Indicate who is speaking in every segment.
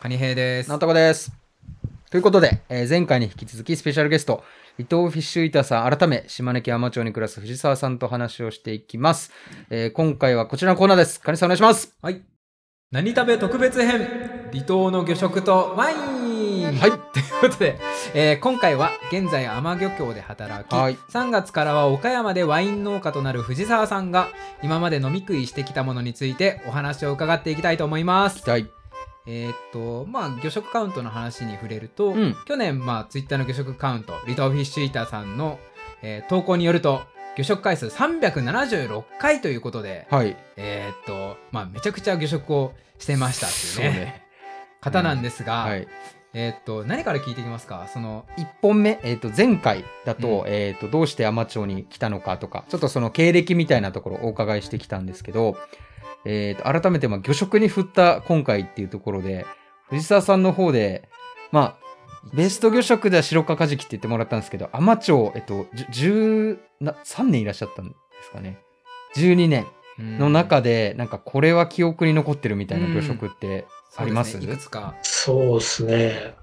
Speaker 1: カニ兵です。
Speaker 2: なんとかです。ということで、えー前回に引き続きスペシャルゲスト、伊藤フィッシュイターさん、改め、島根県海士町に暮らす藤沢さんと話をしていきます。えー今回はこちらのコーナーです。カニさんお願いします。
Speaker 1: はい。何食べ特別編、離島の魚食とワイン。
Speaker 2: はい
Speaker 1: ということで、えー今回は現在天漁協で働き、
Speaker 2: はい
Speaker 1: 3月からは岡山でワイン農家となる藤沢さんが今まで飲み食いしてきたものについてお話を伺っていきたいと思います
Speaker 2: 期。待。
Speaker 1: えーっとまあ魚食カウントの話に触れると、
Speaker 2: うん
Speaker 1: 去年まあツイッターの魚食カウントリトーフィッシュイーターさんの、えー投稿によると魚食回数376回ということで、
Speaker 2: はい。
Speaker 1: えーっとまあめちゃくちゃ魚食をしてましたっていうね
Speaker 2: そうね
Speaker 1: 方なんですが、
Speaker 2: はい。
Speaker 1: えーっと何から聞いていきますかその
Speaker 2: 1本目、えっ、と、前回だと、
Speaker 1: うん
Speaker 2: えっ、と、どうして海士町に来たのかとか、ちょっとその経歴みたいなところをお伺いしてきたんですけど、えっ、と、改めて、まあ、魚食に振った今回っていうところで、藤沢さんの方で、まあ、ベスト魚食では白かカジキって言ってもらったんですけど、海士町、えっ、と、1 3年いらっしゃったんですかね。12年の中
Speaker 1: で
Speaker 2: で、なんかこれは記憶に残ってるみたいな魚食って、あります
Speaker 1: いくつか
Speaker 3: そうですね。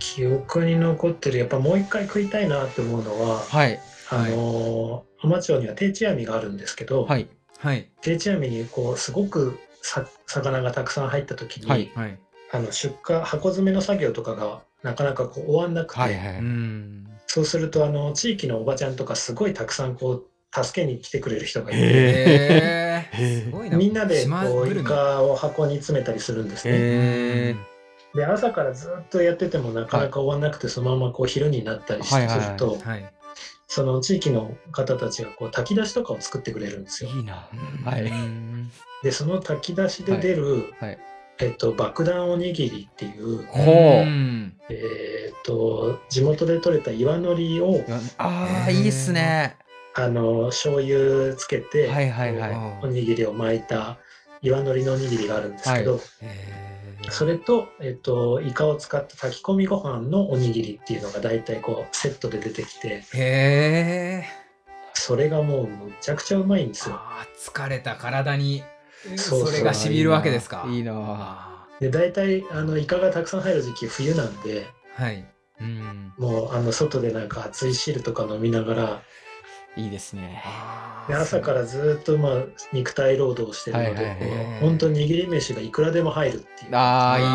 Speaker 3: 記憶に残ってる、やっぱもう一回食いたいなって思うのは、
Speaker 2: はい、
Speaker 1: はい
Speaker 3: あのー、海士町には定置網があるんですけど、
Speaker 2: はい、
Speaker 1: はい
Speaker 3: 定置網にこう、すごくさ魚がたくさん入った時に、
Speaker 2: はい
Speaker 1: はい
Speaker 3: あの出荷、箱詰めの作業とかがなかなかこう終わんなくて、
Speaker 2: はい、は
Speaker 1: う
Speaker 2: い。
Speaker 1: ん
Speaker 3: そうすると、あの、地域のおばちゃんとかすごいたくさんこう、助けに来てくれる人がい
Speaker 2: へ
Speaker 3: て、
Speaker 1: え
Speaker 2: へ
Speaker 1: ー、
Speaker 2: ー
Speaker 1: すごいな
Speaker 3: みんなで
Speaker 1: 島
Speaker 3: こう、
Speaker 1: グル
Speaker 3: イ
Speaker 1: メ
Speaker 3: カを箱に詰めたりするんですね。
Speaker 2: へー
Speaker 3: で朝からずっとやっててもなかなか終わんなくて、そのままこう昼になったりし
Speaker 2: はい
Speaker 3: て
Speaker 2: はいはい
Speaker 3: すると、
Speaker 1: はい
Speaker 3: その地域の方たちがこう炊き出しとかを作ってくれるんですよ。
Speaker 2: いいな。はい
Speaker 1: うん
Speaker 3: でその炊き出しで出る、
Speaker 2: はい。
Speaker 3: えっと、爆弾おにぎりっていう、
Speaker 2: ほう
Speaker 1: うん
Speaker 3: えっと地元で採れた岩のり
Speaker 2: あ
Speaker 3: を
Speaker 1: え
Speaker 2: あ、
Speaker 1: ー
Speaker 2: いいっすね。
Speaker 3: あの醤油つけて、
Speaker 2: はいはいはい
Speaker 3: こうおにぎりを巻いた岩のりのおにぎりがあるんですけど、
Speaker 1: へー
Speaker 3: それと、えっと、イカを使った炊き込みご飯のおにぎりっていうのが大体こうセットで出てきて
Speaker 1: へえ
Speaker 3: それがもうむちゃくちゃうまいんですよ。
Speaker 1: あー疲れた体に
Speaker 3: そう
Speaker 1: そ
Speaker 3: そう
Speaker 1: れがしみるわけですか
Speaker 2: いいな。
Speaker 1: あ
Speaker 3: で大体あのイカがたくさん入る時期冬なんで
Speaker 1: ーはいうん
Speaker 3: もうあの外でなんか熱い汁とか飲みながら
Speaker 2: いいですね。
Speaker 1: あ
Speaker 3: で朝かららずっとまあ肉体労働をしてるの
Speaker 2: はいはい
Speaker 3: で
Speaker 2: はい
Speaker 3: こう本当に握り飯がいくらでも入るっていう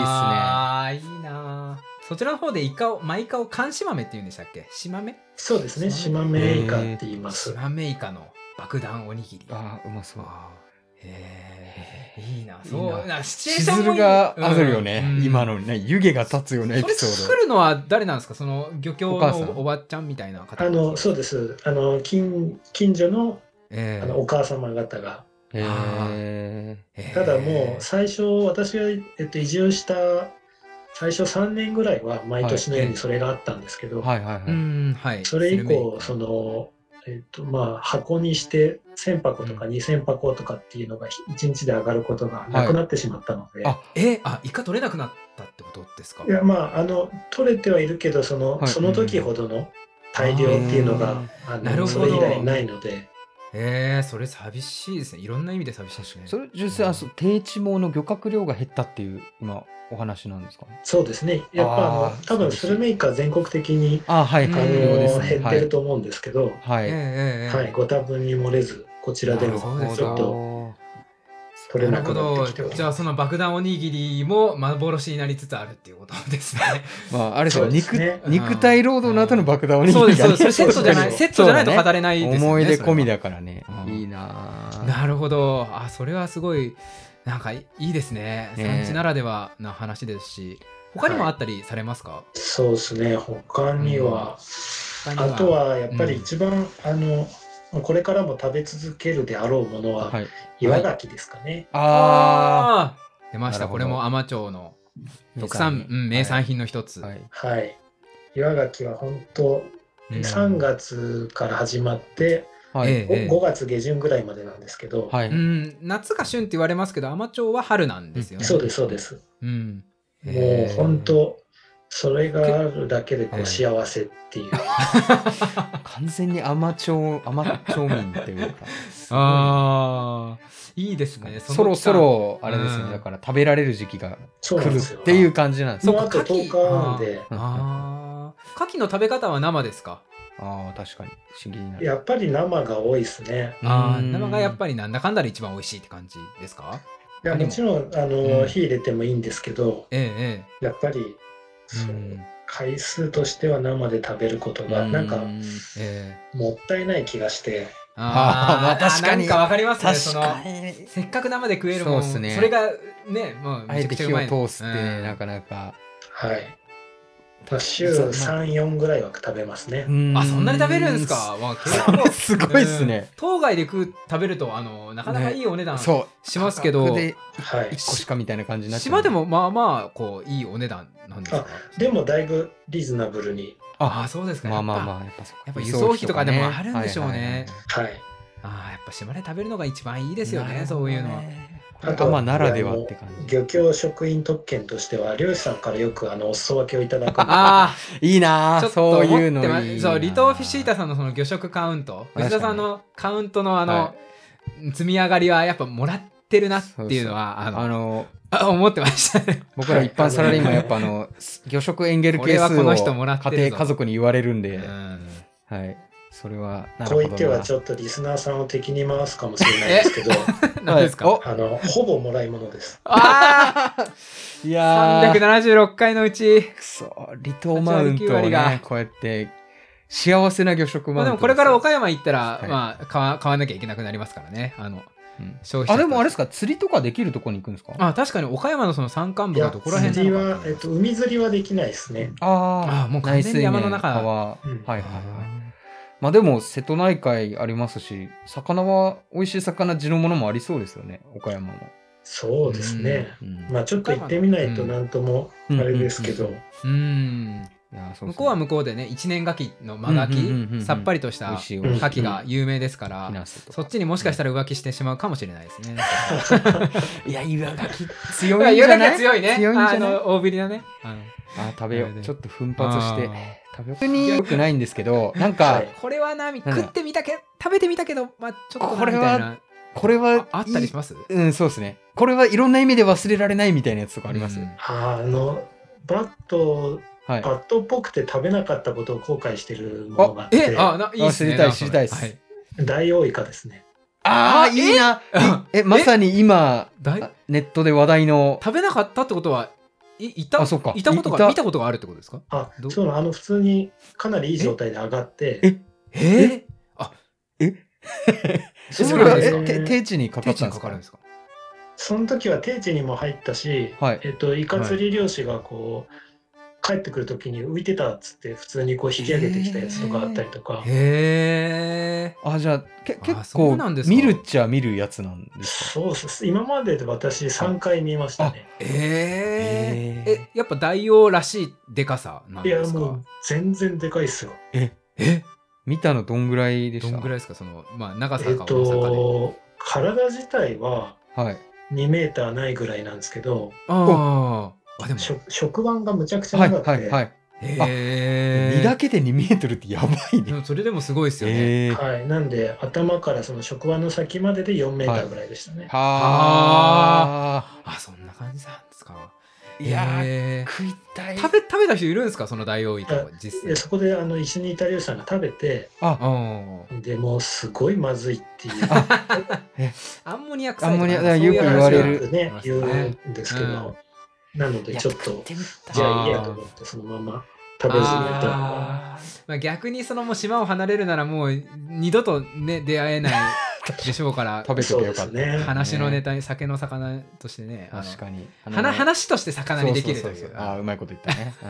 Speaker 2: あ
Speaker 1: あいいっすねあーいいなーそちらの方でイカをマイカを缶シマメって言うんでしたっけシマメ
Speaker 3: そうですね
Speaker 1: そ
Speaker 3: シ
Speaker 1: うな
Speaker 3: マ
Speaker 1: ん
Speaker 3: メイカって言いま
Speaker 1: シ
Speaker 3: す
Speaker 1: マメイカの爆弾おにぎり
Speaker 2: ーいいっすね。ああ、うまそう。
Speaker 1: あーへえいいな
Speaker 2: な
Speaker 1: そうなシチュエー
Speaker 2: し
Speaker 1: ショ
Speaker 2: ず
Speaker 1: ンも
Speaker 2: る
Speaker 1: いい
Speaker 2: があるよね。
Speaker 1: うん
Speaker 2: 今のね、湯気が立つようなエピ
Speaker 1: そ
Speaker 2: ソー
Speaker 1: れ
Speaker 2: ド
Speaker 1: 作。るのは誰なんですかその漁協
Speaker 2: お母さん
Speaker 1: のおばちゃんみたいな方
Speaker 3: あのそう
Speaker 1: で
Speaker 3: ですあの近近所の
Speaker 1: え
Speaker 3: あのお母様方が
Speaker 2: へえ。
Speaker 1: え
Speaker 3: ただもう最初私が、えっと、移住した最初3年ぐらいは毎年のようにそれがあったんですけど、
Speaker 2: はいはいうは
Speaker 1: んはい
Speaker 3: それ以降、
Speaker 1: ス
Speaker 3: そ
Speaker 1: ルメ
Speaker 3: の、えっと、まあ、箱にして、1000箱とか2000箱とかっていうのが1日で上がることがなくなってしまったので、
Speaker 2: あ
Speaker 1: イカえあイカ取れなくなったってことですか
Speaker 3: い、や、まあ、あの、取れてはいるけど、その、
Speaker 2: はい
Speaker 3: その時ほどの大量っていうのが、あ
Speaker 1: なるほ
Speaker 3: の、
Speaker 1: ど
Speaker 3: それ以来ないので、
Speaker 1: えー、それ寂しいですねいろんな意味で寂しいですね
Speaker 2: い。それ、純粋に、あそう低地網の漁獲量が減ったっていう、今、お話なんですかね。
Speaker 3: そうですね。やっぱ、あ
Speaker 2: あ
Speaker 3: の
Speaker 2: ー、
Speaker 3: 多分スルメイカ全国的に、
Speaker 2: ああ、はい、
Speaker 1: うん
Speaker 3: あ
Speaker 2: 完了
Speaker 3: の、
Speaker 2: ですね。
Speaker 3: 減っ
Speaker 2: は
Speaker 3: てる
Speaker 2: い。
Speaker 3: と思うんですけど、
Speaker 2: はい。
Speaker 1: ええええ
Speaker 3: はい、ご多分に漏れず、こちらで
Speaker 1: あそう
Speaker 3: も、
Speaker 1: です
Speaker 3: ちょっと
Speaker 2: と。
Speaker 3: 取れ
Speaker 1: な
Speaker 3: な
Speaker 1: る
Speaker 3: く
Speaker 1: ほ
Speaker 3: なっ
Speaker 1: ど
Speaker 3: てきており
Speaker 1: じゃ
Speaker 3: ま
Speaker 1: あ
Speaker 3: す。
Speaker 1: その爆弾おにぎりも幻になりつつあるっていうこと ですね
Speaker 2: まあ、あれですよ、
Speaker 3: そうです
Speaker 2: 肉
Speaker 3: ね
Speaker 2: 肉体労働の後の爆弾を
Speaker 1: そうですそうですそれセットじゃない
Speaker 3: そう
Speaker 1: セットじゃないと語れないですよね
Speaker 2: 思い出込み
Speaker 1: だ
Speaker 2: だからね
Speaker 1: うん。
Speaker 2: いいなぁ
Speaker 1: なるほどあそれはすごいなんかいいいですね
Speaker 2: ね
Speaker 1: 産地ならではな話ですし他にもあったりされますか、
Speaker 3: そうですね、他には、
Speaker 1: 他に
Speaker 3: あとはやっぱり一番、あのこれからも食べ続けるであろうものは
Speaker 2: はい。
Speaker 3: 岩牡蠣ですかね。
Speaker 2: あ
Speaker 1: あー出まし
Speaker 2: な
Speaker 1: た
Speaker 2: る
Speaker 1: こ
Speaker 2: ほ
Speaker 1: れ
Speaker 2: ど
Speaker 1: も海士町の
Speaker 2: ー
Speaker 1: 特産うん名産品の一つ、
Speaker 2: はいはい
Speaker 3: はい。岩牡蠣は本
Speaker 1: う
Speaker 3: 当、
Speaker 1: ん
Speaker 3: 3月から始まって、
Speaker 2: はい。
Speaker 1: ええええ。
Speaker 3: 5月下旬ぐらいまでなんですけど、
Speaker 2: はいう
Speaker 1: ん、夏が旬って言われますけど海士町は春なんですよね、
Speaker 3: そうですそうです。
Speaker 1: うん、
Speaker 3: も
Speaker 1: へー
Speaker 3: う本当それがあるだけでこ
Speaker 1: ええ
Speaker 3: う幸せっていう。
Speaker 2: 完全に甘町、甘町民っていうか。すごい
Speaker 1: ああいいですね。
Speaker 2: そろそろ、あれです
Speaker 1: う
Speaker 2: ね、
Speaker 1: ん
Speaker 2: だから食べられる時期が
Speaker 3: そう
Speaker 2: 来
Speaker 3: なん
Speaker 2: る
Speaker 3: ですよ。
Speaker 2: っていう感じなんです
Speaker 1: そ
Speaker 2: ね
Speaker 1: っ
Speaker 3: もう
Speaker 1: か
Speaker 3: あと
Speaker 1: 牡蠣
Speaker 3: 10日なんで、
Speaker 1: ああ。牡蠣の食べ方は生ですか
Speaker 2: ああ、確かに。不思議になる。
Speaker 3: やっぱり生が多いですね。
Speaker 1: ああ、
Speaker 2: うん
Speaker 1: 生がやっぱりなんだかんだで一番美味しいって感じですか
Speaker 3: い
Speaker 1: 他
Speaker 3: や
Speaker 1: にも
Speaker 3: もちろんあの、
Speaker 1: うん
Speaker 3: 火入れてもいいんですけど、
Speaker 1: えええ
Speaker 3: やっぱりそう
Speaker 2: うん
Speaker 3: 回数としては生で食べることがなんか
Speaker 2: うん
Speaker 1: ええ
Speaker 3: もったいない気がして、
Speaker 1: え
Speaker 2: あーまあ確かに
Speaker 1: なんかわかりますね。
Speaker 2: 確
Speaker 1: その
Speaker 2: かに。
Speaker 1: せっかく生で食えるもん
Speaker 2: そうっすね
Speaker 1: れがね、もう
Speaker 2: あ
Speaker 1: めち
Speaker 2: え
Speaker 1: ゃく
Speaker 2: て
Speaker 1: ちゃ
Speaker 2: 火
Speaker 1: うまい
Speaker 2: を通すって、
Speaker 1: うん
Speaker 2: なかなか。
Speaker 3: はい。まあ、週
Speaker 2: そうまあ
Speaker 3: 3、4ぐらいは食べますね。
Speaker 1: あ、そんなに食べるんですか。わあ結構
Speaker 2: すごいっすね。
Speaker 1: 当該で食う食べるとあのなかなかいいお値段し
Speaker 2: そう。
Speaker 1: ますけど、
Speaker 2: 価格で
Speaker 3: はい。
Speaker 2: 1個しかみたいな感じになっちゃう
Speaker 1: 島で。もまあまあこういいお値段なんですか
Speaker 3: でもだいぶリーズナブルに、
Speaker 1: ああ
Speaker 2: あ、
Speaker 1: そうですか
Speaker 2: まあまあ
Speaker 1: あ
Speaker 2: まあ、やっぱそっか
Speaker 1: やっぱ輸送費とかでもあるんでしょうね
Speaker 2: はいはいはい
Speaker 3: はい。
Speaker 1: あーやっぱ島で食べるのが一番いいですよ
Speaker 2: な
Speaker 1: ね
Speaker 2: る
Speaker 1: そ
Speaker 2: ほど
Speaker 1: ういうのは
Speaker 2: これがまあならではって感
Speaker 3: あの
Speaker 2: じ。
Speaker 3: 漁協職員特権としては、漁師さんからよくあのお裾分けをいただくんで
Speaker 1: あ
Speaker 2: いいな
Speaker 1: あちょ
Speaker 2: あ
Speaker 1: っと
Speaker 2: そ
Speaker 1: 思
Speaker 2: う
Speaker 1: って
Speaker 2: いうの
Speaker 1: ま
Speaker 2: いいな
Speaker 1: そう離島フィシータさんのその魚食カウント
Speaker 2: 確かに
Speaker 1: 吉田さんのカウントのあの、
Speaker 2: は
Speaker 1: 積み上がりはやっぱもらってるなっていうのはあの
Speaker 2: あの、
Speaker 1: あ思ってましたね
Speaker 2: 僕ら一般サラリーマンやっぱあの、魚食エンゲル係
Speaker 1: 俺は
Speaker 2: 数
Speaker 1: こ
Speaker 2: を
Speaker 1: の
Speaker 2: 家
Speaker 1: 人もらってるぞ
Speaker 2: 庭、家族に言われるんで、
Speaker 1: うん
Speaker 2: はい。それは、なるほ
Speaker 3: こう
Speaker 2: ど
Speaker 3: 言ってはち
Speaker 2: ょっ
Speaker 3: ょっとリスナーさんを敵に回すかもしれないですけど、
Speaker 1: 何ですか、
Speaker 2: お
Speaker 3: あのほぼもらい物です。
Speaker 1: ああ
Speaker 2: いやー、
Speaker 1: 376回のうち
Speaker 2: くそ、離島マウントを
Speaker 1: 8割9割が
Speaker 2: ね、こうやって、幸せな魚食
Speaker 1: ま
Speaker 2: マウ
Speaker 1: あ
Speaker 2: ント
Speaker 1: でも
Speaker 2: すよ。
Speaker 1: これから岡山行ったら、
Speaker 2: はい
Speaker 1: まあ買わ買わなきゃいけなくなりますからねあの
Speaker 2: うん
Speaker 1: 消費者
Speaker 2: あ、でもあれですすか、釣りとかできるとこに行くんですか
Speaker 1: あ確かに岡山のその山間
Speaker 3: い
Speaker 1: 部
Speaker 3: や
Speaker 1: のところら辺
Speaker 3: 釣り
Speaker 1: なの
Speaker 3: は
Speaker 1: か、
Speaker 3: えっと、海釣りはできないですね。
Speaker 1: あ
Speaker 2: あ
Speaker 1: ーもう完全に山の中
Speaker 2: 内水面川
Speaker 3: うん
Speaker 2: はいはい
Speaker 1: あ
Speaker 2: はい。まあでも瀬戸内海ありますし、魚は美味しい魚地のものもありそうですよね、岡山も。
Speaker 3: そうですね。
Speaker 2: うん
Speaker 3: まあちょっと行ってみないとなんとも
Speaker 2: う
Speaker 3: あ
Speaker 2: ん
Speaker 3: れですけど、
Speaker 1: ーうん
Speaker 2: いやそ
Speaker 1: 向こうは
Speaker 2: 向
Speaker 1: 向こうでね一年牡蠣の真牡
Speaker 2: うんうんうんう
Speaker 1: 蠣
Speaker 2: んうん
Speaker 1: さっぱりとした
Speaker 2: 美味しい
Speaker 1: 牡
Speaker 2: 美味
Speaker 3: しい
Speaker 1: 蠣が有名ですから、
Speaker 2: ナスと
Speaker 1: そ
Speaker 2: か
Speaker 1: っちにもしかしたら浮気してしまうかもしれないですね。
Speaker 2: いや、岩ガキ
Speaker 1: い
Speaker 2: 強
Speaker 1: や
Speaker 2: いんじ
Speaker 1: 言う
Speaker 2: ゃ
Speaker 1: だけ
Speaker 2: な
Speaker 1: はい強いね。
Speaker 2: 強いんじゃない
Speaker 1: あの大ぶりのね。あの
Speaker 2: あ、食べよう。ちょっと奮発して
Speaker 1: あー。
Speaker 2: 食べよう。に良くないんですけど、なんか
Speaker 3: はい、
Speaker 1: これはなみ
Speaker 2: なんだ
Speaker 1: 食ってみたけ食べてみたけどまあちょっとな
Speaker 2: これは
Speaker 1: みたいな
Speaker 2: これは、
Speaker 1: ああったりします？
Speaker 2: うん、そうですね。これはいろんな意味で忘れられないみたいなやつとかあります
Speaker 1: うん
Speaker 3: あのバット
Speaker 2: はい。
Speaker 3: バットっぽくて食べなかったことを後悔してるものがあっ
Speaker 1: え
Speaker 3: て、
Speaker 1: あないいっすね。
Speaker 2: 知りたい
Speaker 1: なんかそれ
Speaker 2: 知りたいっす
Speaker 1: はい
Speaker 3: ダイオウイカですね。
Speaker 2: あ
Speaker 1: あ
Speaker 2: あ、いいな
Speaker 1: え
Speaker 2: え、まさに今、
Speaker 1: だい
Speaker 2: あネットで話題の、
Speaker 1: 食べなかったってことはいいた
Speaker 2: あそうか
Speaker 1: いたこと
Speaker 2: いい
Speaker 1: が
Speaker 2: た
Speaker 1: 見たことがあるってことですか？
Speaker 3: あ
Speaker 1: ど、う
Speaker 3: そうなのあの普通にかなりいい状態で上がって、
Speaker 2: え
Speaker 1: えー、
Speaker 2: え
Speaker 1: そうなんですか
Speaker 2: それはえて定置にかか
Speaker 1: 定
Speaker 2: っ
Speaker 1: 置
Speaker 2: たん
Speaker 1: にか
Speaker 2: で
Speaker 1: か
Speaker 2: すか
Speaker 1: るんですか？
Speaker 3: その時は定置にも入ったし、
Speaker 2: はい
Speaker 3: えっと、イカ釣り漁師がこう、帰ってくる時に浮いてたっつって普通にこう引き上げてきたやつとかあったりとか、
Speaker 1: へえ。
Speaker 2: あじゃあけ
Speaker 1: あ
Speaker 2: 結
Speaker 1: そ
Speaker 2: 構
Speaker 1: うなんですか
Speaker 2: 見るっちゃ見るやつなんですか
Speaker 3: そうです今までで私3回見ましたね。
Speaker 1: えー、
Speaker 2: へ
Speaker 1: えやっぱ大王らしいでかさなん
Speaker 3: いや
Speaker 1: です
Speaker 3: も
Speaker 1: か
Speaker 3: う全然でかいっすよ。
Speaker 1: え
Speaker 2: 見たのどんぐらいでし
Speaker 1: ど
Speaker 2: た
Speaker 1: んぐらいですかそのまあ長さ
Speaker 3: えっ
Speaker 1: か重さかで、
Speaker 3: と体自体は
Speaker 2: はい
Speaker 3: 2メーターないぐらいなんですけど
Speaker 1: あーあでも
Speaker 3: 食食板がむちゃくちゃ
Speaker 2: はい
Speaker 3: 長くて、
Speaker 2: はいはい、
Speaker 1: へえ
Speaker 2: 身だけで2メートルってやばい
Speaker 1: で
Speaker 2: ね、
Speaker 1: もそれでもすごいですよね、
Speaker 2: えー、
Speaker 3: はいなんで頭からその食板の先までで4メーターぐらいでしたね。
Speaker 2: は
Speaker 1: あそんな感じなんですか
Speaker 2: あいやー、
Speaker 1: へー
Speaker 2: 食いたい
Speaker 1: 食べ食べた人いるんですかその大王イカを実際
Speaker 3: でそこであの一緒にいた漁師さんが食べて
Speaker 2: あ
Speaker 1: あ
Speaker 3: でもうすごいまずいっていう
Speaker 1: アンモニア臭い
Speaker 2: アンモニア
Speaker 1: とかそういう
Speaker 2: よく言
Speaker 1: 話
Speaker 2: われ
Speaker 1: が
Speaker 2: る
Speaker 3: ね
Speaker 1: あり
Speaker 3: 言
Speaker 1: ますね
Speaker 3: うんですけど、なのでちょっと
Speaker 2: てみた
Speaker 3: じゃ
Speaker 1: あ
Speaker 3: あ
Speaker 1: ー
Speaker 3: いいやと思ってそのまま食べずにいたのが
Speaker 1: あまあ、逆にそのもう島を離れるならもう二度とね出会え ないでしょうから
Speaker 2: 食べと
Speaker 3: そう
Speaker 2: け
Speaker 3: で
Speaker 2: よかっ
Speaker 3: す
Speaker 2: た、
Speaker 3: ね。
Speaker 1: 話のネタに酒の魚としてねあの
Speaker 2: 確かに
Speaker 1: 話話として魚にできると
Speaker 2: そう
Speaker 1: い
Speaker 2: そううそうそうあーうまいこと言ったね、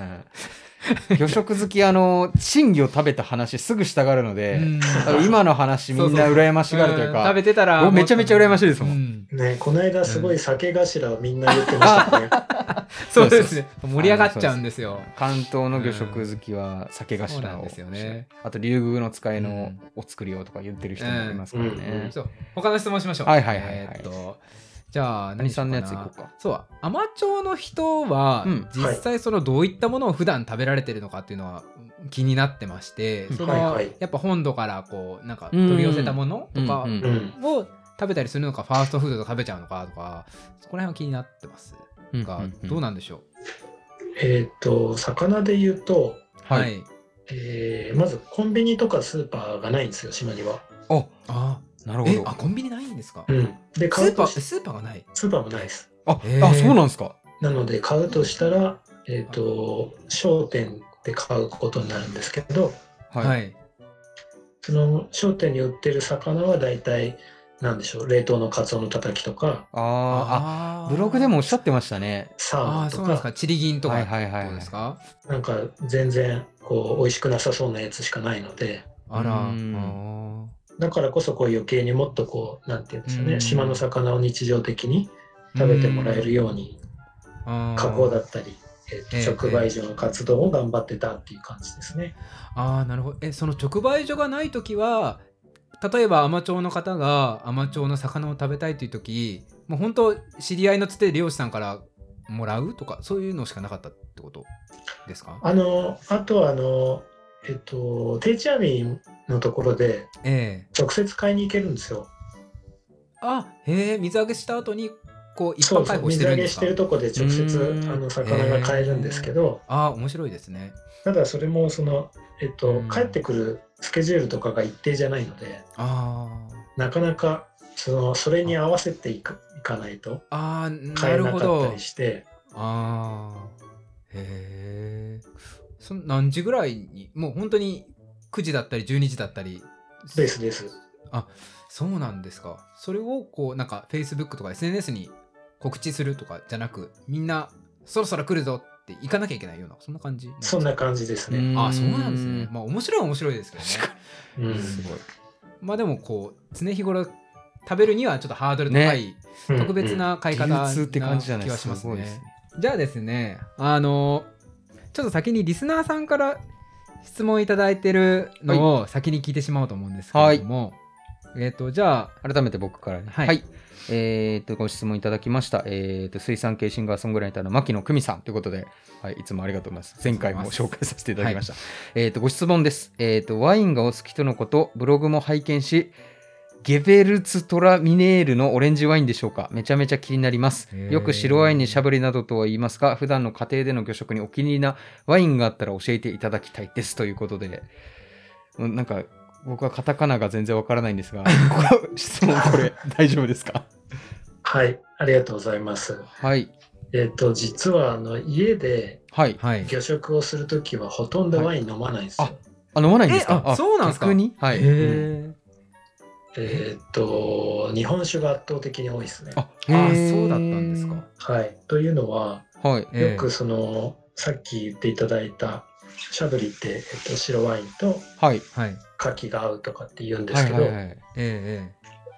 Speaker 2: うん、魚食好きあの珍魚食べた話すぐしたがるので、
Speaker 1: うん
Speaker 2: 多分今の話みんな羨ましがるという
Speaker 1: うん
Speaker 2: か
Speaker 1: 食べてたら
Speaker 2: 僕めちゃめちゃ羨ましいですもん
Speaker 1: ん
Speaker 3: ねこの間すごい酒頭をみんな言ってましたね。
Speaker 1: そうですね盛り上がっちゃうんですよ
Speaker 2: 関東の魚食好きは酒頭を、
Speaker 1: そうなんですよね
Speaker 2: あと竜宮の使いの
Speaker 1: うん
Speaker 2: お作りをとか言ってる人もいますからね、
Speaker 3: うんうん
Speaker 1: そう他の質問しましょう
Speaker 2: はいはいはいはい
Speaker 1: えーっとじゃあ
Speaker 2: 何
Speaker 1: 何し
Speaker 2: さ
Speaker 1: ようん
Speaker 2: の
Speaker 1: か
Speaker 2: やついこ
Speaker 1: な
Speaker 2: うか
Speaker 1: そう海士町の人は
Speaker 2: うん
Speaker 1: 実際そのどういったものを普段食べられてるのかっていうのは気になってまして
Speaker 2: うん
Speaker 1: その
Speaker 3: はいはい
Speaker 1: やっぱ本土からこうなんか取り寄せたものとか
Speaker 2: うんうん
Speaker 3: うん
Speaker 1: を食べたりするのかファーストフードと食べちゃうのかとかそこら辺は気になってます
Speaker 2: うん
Speaker 1: が、
Speaker 2: うんうん
Speaker 1: どうなんでしょう
Speaker 3: えっと魚で言うと、
Speaker 2: はい
Speaker 1: はい、
Speaker 3: えーまずコンビニとかスーパーがないんですよ島には。
Speaker 2: あ、
Speaker 1: あ
Speaker 2: なるほ
Speaker 1: え
Speaker 2: ど。
Speaker 1: あ
Speaker 2: あ、
Speaker 1: コンビニないんですか、
Speaker 3: うん、で
Speaker 1: ス
Speaker 3: 買
Speaker 1: ー
Speaker 3: う
Speaker 1: パ
Speaker 3: と
Speaker 1: ー
Speaker 3: し
Speaker 1: スーパーがない
Speaker 3: スーパーもないです。
Speaker 2: あ
Speaker 1: へー
Speaker 2: そうなんですか。
Speaker 3: なので買うとしたら、えっと商店で買うことになるんですけど
Speaker 1: はい、
Speaker 2: はい。
Speaker 3: その商店に売ってる魚は大体なんでしょう冷凍のカツオのたたきとか
Speaker 2: あー
Speaker 1: あ
Speaker 2: あ、
Speaker 1: ー
Speaker 2: ブログでもおっしゃってましたね。
Speaker 3: サーモ
Speaker 1: あ
Speaker 3: ン
Speaker 1: ーそ
Speaker 3: と
Speaker 1: うなんですか
Speaker 3: か
Speaker 1: チリ銀とか
Speaker 2: はいはいはいはい
Speaker 1: どうですか
Speaker 3: なんか全然こう美味しくなさそうなやつしかないので
Speaker 1: あら
Speaker 2: う
Speaker 1: あ
Speaker 2: ん
Speaker 1: ー
Speaker 3: だからこそこう余計にもっとこうなんていうんですか
Speaker 1: う
Speaker 3: ね
Speaker 1: ん
Speaker 3: 島の魚を日常的に食べてもらえるように
Speaker 1: あー
Speaker 3: 加工だったり、えっと
Speaker 1: ええ
Speaker 3: 直売所の活動を頑張ってたっていう感じですね。
Speaker 1: ああなるほどえその直売所がない時は例えば海士町の方が海士町の魚を食べたいという時もう本当知り合いのつて漁師さんからもらうとかそういうのしかなかったってことですか
Speaker 3: あのあとはあのえっと定置網のところで
Speaker 1: ええ
Speaker 3: 直接買いに行けるんですよ。
Speaker 1: あへえ水揚げした後にこう一
Speaker 3: そ
Speaker 1: 般
Speaker 3: うそ
Speaker 1: 開
Speaker 3: う
Speaker 1: 放して
Speaker 3: 水
Speaker 1: る
Speaker 3: 揚
Speaker 1: んで
Speaker 3: げ
Speaker 1: す
Speaker 3: し
Speaker 1: か
Speaker 3: てるとこで直接
Speaker 2: うん
Speaker 3: あの魚が買えるんですけど、
Speaker 1: ああ面白いですね
Speaker 3: ただそれもその、えっと
Speaker 1: うん、
Speaker 3: 帰ってくるスケジュールとかが一定じゃないので
Speaker 1: あー
Speaker 3: なかなかそのそれに合わせていかいかないと
Speaker 1: あー
Speaker 3: 買
Speaker 1: な
Speaker 3: え
Speaker 1: る
Speaker 3: な
Speaker 1: ほ
Speaker 3: かった
Speaker 1: ど
Speaker 3: りして
Speaker 1: ああへえその何時ぐらいにもう本当に9時だったり12時だったり
Speaker 3: ですです
Speaker 1: そうなんですかそれをこうなんか Facebook とか SNS に告知するとかじゃなくみんなそろそろ来るぞって行かなきゃいけないようなそんな感じなんですか
Speaker 3: そんな感じですね。
Speaker 1: あそうなんですね
Speaker 2: う
Speaker 1: まあ面白いは面白いですけどね
Speaker 3: うん
Speaker 2: ん。すごい。
Speaker 1: まあでもこう常日頃食べるにはちょっとハードル高い、
Speaker 3: うん
Speaker 1: 特別な買い方な
Speaker 2: 流通って感じじゃない
Speaker 1: 気
Speaker 2: で
Speaker 1: はし
Speaker 2: すか。
Speaker 1: ますす
Speaker 2: ごい
Speaker 1: ね
Speaker 2: ですね。
Speaker 1: じゃあですね、あの、ちょっと先にリスナーさんから質問いただいてるのを先に聞いてしまおうと思うんですけれども、えっ、と、じゃあ、
Speaker 2: 改めて僕からね。
Speaker 1: はい
Speaker 2: えーっと、ご質問いただきました。えーっと、水産系シンガーソングライターの牧野久美さんということで、はい、いつもありがとうございます。前回も紹介させていただきました。えーっと、ご質問です。えーっと、ワインがお好きとのこと、ブログも拝見し、ゲベルツトラミネールのオレンジワインでしょうかめちゃめちゃ気になります
Speaker 1: へ。ー
Speaker 2: よく白ワインにしゃぶりなどとは言いますが、普段の家庭での魚食にお気に入りなワインがあったら教えていただきたいですということで、うんなんか僕はカタカナが全然わからない んですが、ここ質問 これ大丈夫ですか
Speaker 3: はいありがとうございます。
Speaker 2: はい。
Speaker 3: えっと実はあの家で
Speaker 2: はい。
Speaker 1: はい。
Speaker 3: 魚食をするときはほとんどワイン飲まないんですよ。
Speaker 2: はいあ、飲まないんですか
Speaker 1: えあそうなんですか
Speaker 2: 逆にはい。へ
Speaker 1: へ
Speaker 3: えっと日本酒が圧倒的に多いですね。
Speaker 2: あ、
Speaker 1: ーあ
Speaker 2: へー
Speaker 1: ー、そうだったんですか。。
Speaker 3: はい、というのは
Speaker 2: はい。
Speaker 1: ええ
Speaker 3: よくその、さっき言っていただいたしゃぶりって、えっと、白ワインと
Speaker 2: はい。
Speaker 1: はい。
Speaker 3: 牡蠣が合うとかって言うんで
Speaker 2: はい。
Speaker 3: すけど、
Speaker 2: はいはい。
Speaker 1: ええ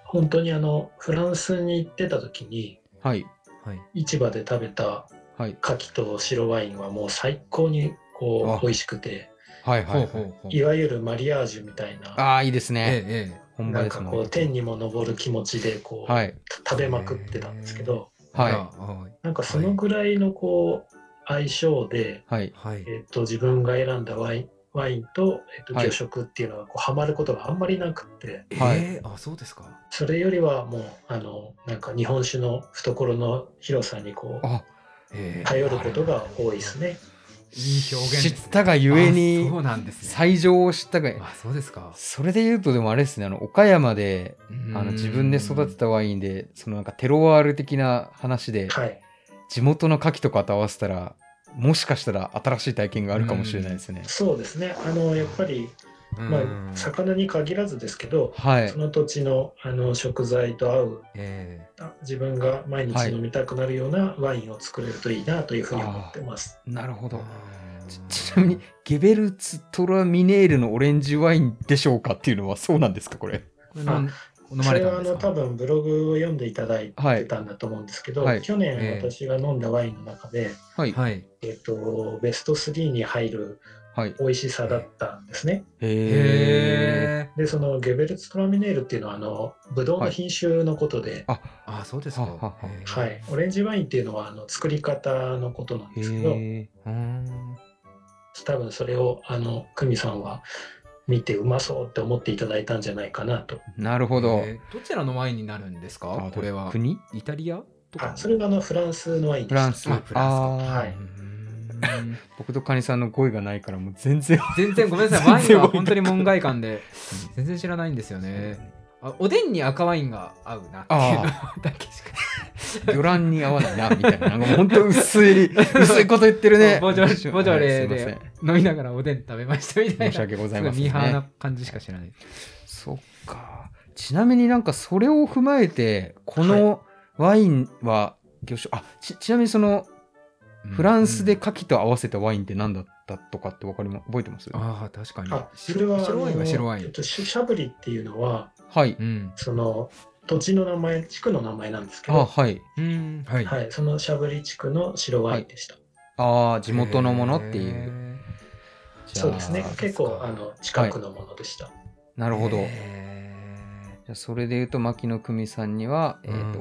Speaker 3: 本当にあのフランスに行ってた時に
Speaker 2: はい。
Speaker 1: ええはい。
Speaker 3: 市場で食べた
Speaker 2: はい。
Speaker 3: 牡蠣と白ワインはもう最高にこ
Speaker 2: あ
Speaker 3: う美味しくて
Speaker 2: はい。は
Speaker 1: ほう
Speaker 2: い
Speaker 1: ほ。うほう。
Speaker 3: いわゆるマリアージュみたいな
Speaker 2: ああ、いいですね。
Speaker 1: えええ
Speaker 2: 本場
Speaker 3: なん
Speaker 2: です
Speaker 3: か
Speaker 2: も
Speaker 3: こ
Speaker 2: ん
Speaker 3: う。天にも昇る気持ちでこう、
Speaker 2: はい。
Speaker 3: 食べまくってたんですけど
Speaker 1: え
Speaker 2: はい
Speaker 1: あらはい。
Speaker 3: なんかそのぐらいのこう相性で、
Speaker 2: はい。
Speaker 1: はい。
Speaker 3: えっと自分が選んだワインワインと,、えっと
Speaker 2: はい
Speaker 3: 魚食っていうのはこうハマることがあんまりなくって
Speaker 2: はい
Speaker 1: ええあ、そうですか。
Speaker 3: それよりはもうあのなんか日本酒の懐の広さにこう
Speaker 2: あ、
Speaker 1: ええ
Speaker 3: 頼ることが多いですね。
Speaker 1: いい表現です、ね。
Speaker 2: 知ったがゆえ
Speaker 1: あ
Speaker 2: に
Speaker 1: そうなんですね。
Speaker 2: 最上を知ったが
Speaker 1: あ、そうですか。
Speaker 2: それで言うとでもあれですねあの岡山であの
Speaker 1: うん
Speaker 2: 自分で育てたワインでそのなんかテロワール的な話 で
Speaker 3: はい、
Speaker 2: 地元の牡蠣とかと合わせたらもしかしたら新しい体験があるかもしれないですね。
Speaker 3: そうですねあのやっぱり、ま
Speaker 1: うん
Speaker 3: あ、魚に限らずですけど、
Speaker 2: はい
Speaker 3: その土地のあの食材と合う
Speaker 1: ええ
Speaker 3: あ自分が毎
Speaker 2: はい
Speaker 3: 日飲みたくなるようなワインを作れるといいなというふうに思ってます。
Speaker 2: なるほどち
Speaker 1: ち
Speaker 2: ちなみにゲベルツトラミネールのオレンジワインでしょうかっていうのはそうなんですかこれ。
Speaker 1: これ飲ん飲ま
Speaker 3: そ
Speaker 1: れ
Speaker 3: れ
Speaker 1: た
Speaker 3: は
Speaker 1: ん
Speaker 3: あ
Speaker 1: です
Speaker 3: の
Speaker 1: か
Speaker 3: 多分ブログを読んでいただい
Speaker 2: はい
Speaker 3: てたんだと思うんですけど、
Speaker 2: はい
Speaker 3: 去
Speaker 1: え
Speaker 3: 年
Speaker 1: え
Speaker 3: 私が飲んだワインの中で、
Speaker 2: はいはい。
Speaker 1: はい。
Speaker 3: えっとベスト3に入る
Speaker 2: はい、
Speaker 3: 美味しさだったんですね。
Speaker 2: へえ。
Speaker 1: へえ。
Speaker 3: でそのゲベルツトラミネールっていうのはあのブドウの品種のことで、
Speaker 2: あ
Speaker 1: あ、そうですか。
Speaker 2: ははは
Speaker 1: へえ
Speaker 3: はい。オレンジワインっていうのはあの作り方のことなんですけど
Speaker 2: へえ。
Speaker 1: うーん
Speaker 3: 多分それをあの久美さんは見てうまそうって思っていただいたんじゃないかなと。
Speaker 2: なるほど。
Speaker 1: えーどちらのワインになるんですか
Speaker 2: あ
Speaker 1: これは
Speaker 2: 国
Speaker 1: イタリアとか
Speaker 3: あそれがあのフランスのワインで
Speaker 2: フ
Speaker 3: した
Speaker 2: ラ
Speaker 1: あ
Speaker 2: ンス。
Speaker 1: フランスか
Speaker 2: あー
Speaker 3: はいう
Speaker 1: ーん
Speaker 2: 僕とカニさんの語彙がないから、もう全然。
Speaker 1: 全然ごめんなさい ワインは本当に門外漢で全然知らないんですよねあおでんに赤ワインが合うなっていうのだけしか
Speaker 2: 魚卵に合わないな、みたいな。なんかもう本当 薄い、薄いこと言ってるね。
Speaker 1: ボジョレボジョ
Speaker 2: は
Speaker 1: レ
Speaker 2: いすいま
Speaker 1: で飲みながらおでん食べましたみた
Speaker 2: せん
Speaker 1: い
Speaker 2: 申し
Speaker 1: な
Speaker 2: 訳ございません、
Speaker 1: ミーハーな
Speaker 2: ね。
Speaker 1: 感じしか知らない
Speaker 2: そっか。ちなみになんかそれを踏まえて、このワインは、魚種あちちなみにそのフランスで牡蠣と合わせたワインって何だったとかってわかりま覚えてます
Speaker 1: ああ確かに
Speaker 3: あそれ
Speaker 1: 白
Speaker 3: は
Speaker 1: 白ワインは白ワイ
Speaker 3: あのえっ
Speaker 1: ン
Speaker 3: と、シュシャブリっていうのは
Speaker 2: はい
Speaker 1: うん
Speaker 3: その土地の名前地区の名前なんですけ
Speaker 2: あ
Speaker 3: ど、
Speaker 2: はい
Speaker 1: うんはい
Speaker 3: はい、そのシャブリ地区の白ワインでした。
Speaker 2: ああ地元のものっていう
Speaker 1: う
Speaker 2: じゃあ
Speaker 3: そうですね
Speaker 1: そうですか
Speaker 3: 結構あの近くのものでした。
Speaker 2: な
Speaker 1: な
Speaker 2: るほどじゃあそれで言うと牧野久美さんには、えー、と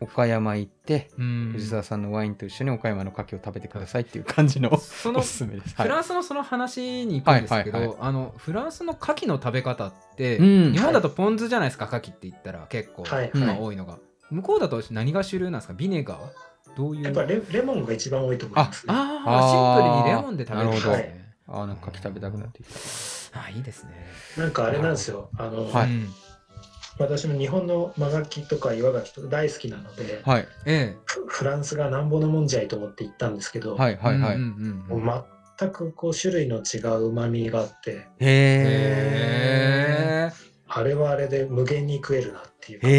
Speaker 2: お岡山行って
Speaker 1: うん
Speaker 2: 藤沢さんのワインと一緒に岡山の牡蠣を食べてくださいっていう感じの
Speaker 1: そ
Speaker 2: お
Speaker 1: の
Speaker 2: すすめですは
Speaker 1: フ
Speaker 2: い
Speaker 1: ランスのその話に行くんですけ
Speaker 2: はいはい
Speaker 1: ど、あのフランスの牡蠣の食べ方って、
Speaker 2: うん
Speaker 1: 日本だとポン酢じゃないですか、牡蠣って言ったら結構、
Speaker 3: はい
Speaker 2: うん
Speaker 1: まあ多いのが。向こうだと何が主流なんですか、ビネガーどういう
Speaker 3: やっぱレレモンが一番多いと思いますね。
Speaker 1: ああ、シンプルに
Speaker 2: あー
Speaker 1: レモンで食べるんです
Speaker 3: なる
Speaker 1: ね。
Speaker 2: あーなんか牡蠣食べたくなってきた
Speaker 1: あいいですね。
Speaker 3: なんかあれなんですよ。あの、
Speaker 2: はい
Speaker 1: うん
Speaker 3: 私も日本の間ガキとか岩ガキとか大好きなので、
Speaker 2: はい
Speaker 1: え
Speaker 3: フフランスがなんぼのもんじゃいと思って行ったんですけど、
Speaker 2: はい
Speaker 1: え。
Speaker 2: はいはい、
Speaker 1: うんうんうんうん
Speaker 3: もう全くこう種類の違う旨味があって、
Speaker 2: へえ
Speaker 1: へ
Speaker 3: あれはあれで無限に食えるなっていうか。
Speaker 1: え。
Speaker 2: へ
Speaker 1: へ
Speaker 2: え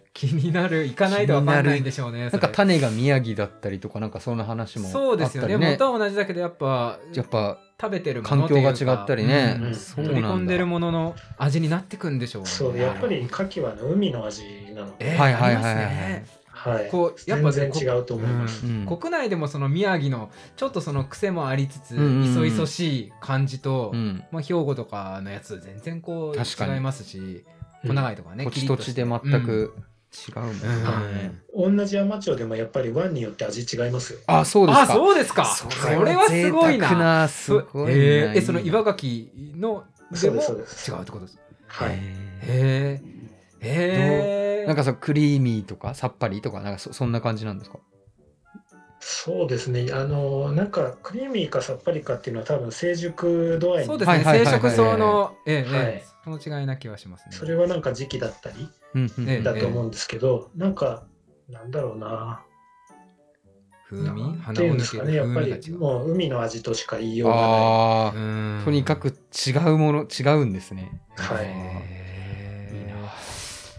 Speaker 1: え。気になる。行かないとわかんないんでしょうね。
Speaker 2: なんか
Speaker 1: それ
Speaker 2: 種が宮城だったりとかなんかそんな話もあったりね
Speaker 1: そうですよね。元は同じだけどやっぱ
Speaker 2: やっぱ
Speaker 1: 食べてるものと
Speaker 2: 環
Speaker 1: い
Speaker 2: 境
Speaker 1: う
Speaker 2: が
Speaker 1: か
Speaker 2: 違ったりね、
Speaker 3: うんうん
Speaker 2: そう
Speaker 1: 取
Speaker 2: な
Speaker 1: り込
Speaker 2: んだ
Speaker 1: んでるものの味になってくんでしょうね。
Speaker 3: そうやっぱり牡蠣は、ね、海の味なので、
Speaker 1: えー、
Speaker 2: は
Speaker 1: はいい
Speaker 2: は
Speaker 1: はいい
Speaker 2: は
Speaker 1: はいい、
Speaker 2: はい
Speaker 3: はい、
Speaker 1: こうやっぱ
Speaker 3: 全
Speaker 1: こ
Speaker 3: 然違うと思います。
Speaker 2: うん
Speaker 1: 国内でもその宮城のちょっとその癖もありつつ、
Speaker 2: うんうんうん
Speaker 1: いそいそしい感じと、
Speaker 2: うん、
Speaker 1: まあ、兵庫とかのやつ全然こう
Speaker 2: 確かに
Speaker 1: 違いますし
Speaker 3: うん
Speaker 1: 小長いとかね、
Speaker 2: 土
Speaker 1: キリ
Speaker 2: 地土
Speaker 1: ッとし
Speaker 2: 地
Speaker 1: て
Speaker 2: で全く違うもんね、
Speaker 1: うん
Speaker 3: 同じ山町でもやっぱり湾によって味違いますよ。
Speaker 2: あそうです
Speaker 1: あ
Speaker 2: か
Speaker 1: そうですかそれはすごい
Speaker 2: 贅沢
Speaker 1: な
Speaker 2: なすごいな
Speaker 1: えーえその岩垣ので
Speaker 3: そうで
Speaker 1: も
Speaker 3: すそ
Speaker 1: 違う
Speaker 3: うです。
Speaker 1: ってことです
Speaker 3: はい。
Speaker 1: へ
Speaker 2: へ
Speaker 1: えへえ
Speaker 2: ーなんかそうクリーミーとかさっぱりとかなんかそそんな感じなんですか
Speaker 3: そうですね。あのなんかクリーミーかさっぱりかっていうのは多分成熟度合いに
Speaker 1: そうですね、
Speaker 2: はいはいはい
Speaker 1: 生
Speaker 2: はい
Speaker 1: 殖層の、えええ
Speaker 3: は
Speaker 1: え
Speaker 3: い
Speaker 1: その違いな気はしますね。
Speaker 3: それはなんか時期だったり
Speaker 2: うんうん
Speaker 1: ね
Speaker 3: だと思うんですけど、なんかなんだろうな。
Speaker 1: 風味
Speaker 3: なん
Speaker 1: 鼻
Speaker 3: ていうん
Speaker 1: を
Speaker 3: で
Speaker 1: 抜
Speaker 3: す
Speaker 1: け
Speaker 3: か
Speaker 1: る
Speaker 3: ね。やっぱ
Speaker 1: 風味が違
Speaker 3: り
Speaker 1: う。
Speaker 3: もう海の味としか言いようがない。
Speaker 2: あ
Speaker 1: う
Speaker 2: ー
Speaker 1: ーん
Speaker 2: とにかく違うもの違うんですね
Speaker 3: はい
Speaker 1: へー
Speaker 2: いいな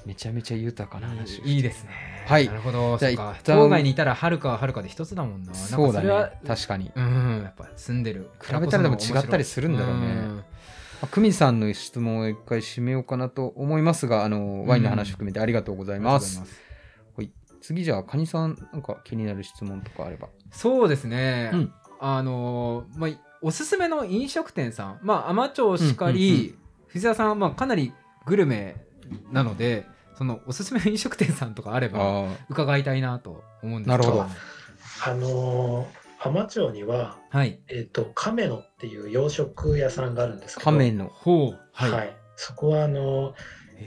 Speaker 2: めちゃめちゃ豊かな話をして
Speaker 1: いいですね。
Speaker 2: はい
Speaker 1: なるほど。
Speaker 2: じゃあ
Speaker 1: そっか
Speaker 2: 一旦
Speaker 1: 郊外にいたらはるかははるかで一つだもんな。
Speaker 2: そうだね
Speaker 1: なんかそれは
Speaker 2: 確かに
Speaker 1: うん、やっぱ住んでる。
Speaker 2: 比べたらでも違ったりするんだろうね
Speaker 1: ん
Speaker 2: まあ久美さんの質問を一回締めようかなと思いますがあのワインの話含めてありがとうござ
Speaker 1: あ
Speaker 2: い
Speaker 1: りがとうご
Speaker 2: ま
Speaker 1: ざ
Speaker 2: す
Speaker 1: い、ます。
Speaker 2: 次じゃあカニさんなんか気になる質問とかあれば
Speaker 1: そうですね。
Speaker 2: うん
Speaker 1: あのーまあおすすめの飲食店さん、まあ天町しかり、
Speaker 2: うんうん
Speaker 1: 藤沢さんはまあかなりグルメなので、そのおすすめの飲食店さんとかあれば
Speaker 2: あ
Speaker 1: 伺いたいなと思うんですけ
Speaker 2: なるほど
Speaker 3: あの浜町には
Speaker 1: はい。
Speaker 3: えっ、と亀野っていう洋食屋さんがあるんですけど。
Speaker 2: 亀の
Speaker 1: ほう。
Speaker 3: はい、そこはあの、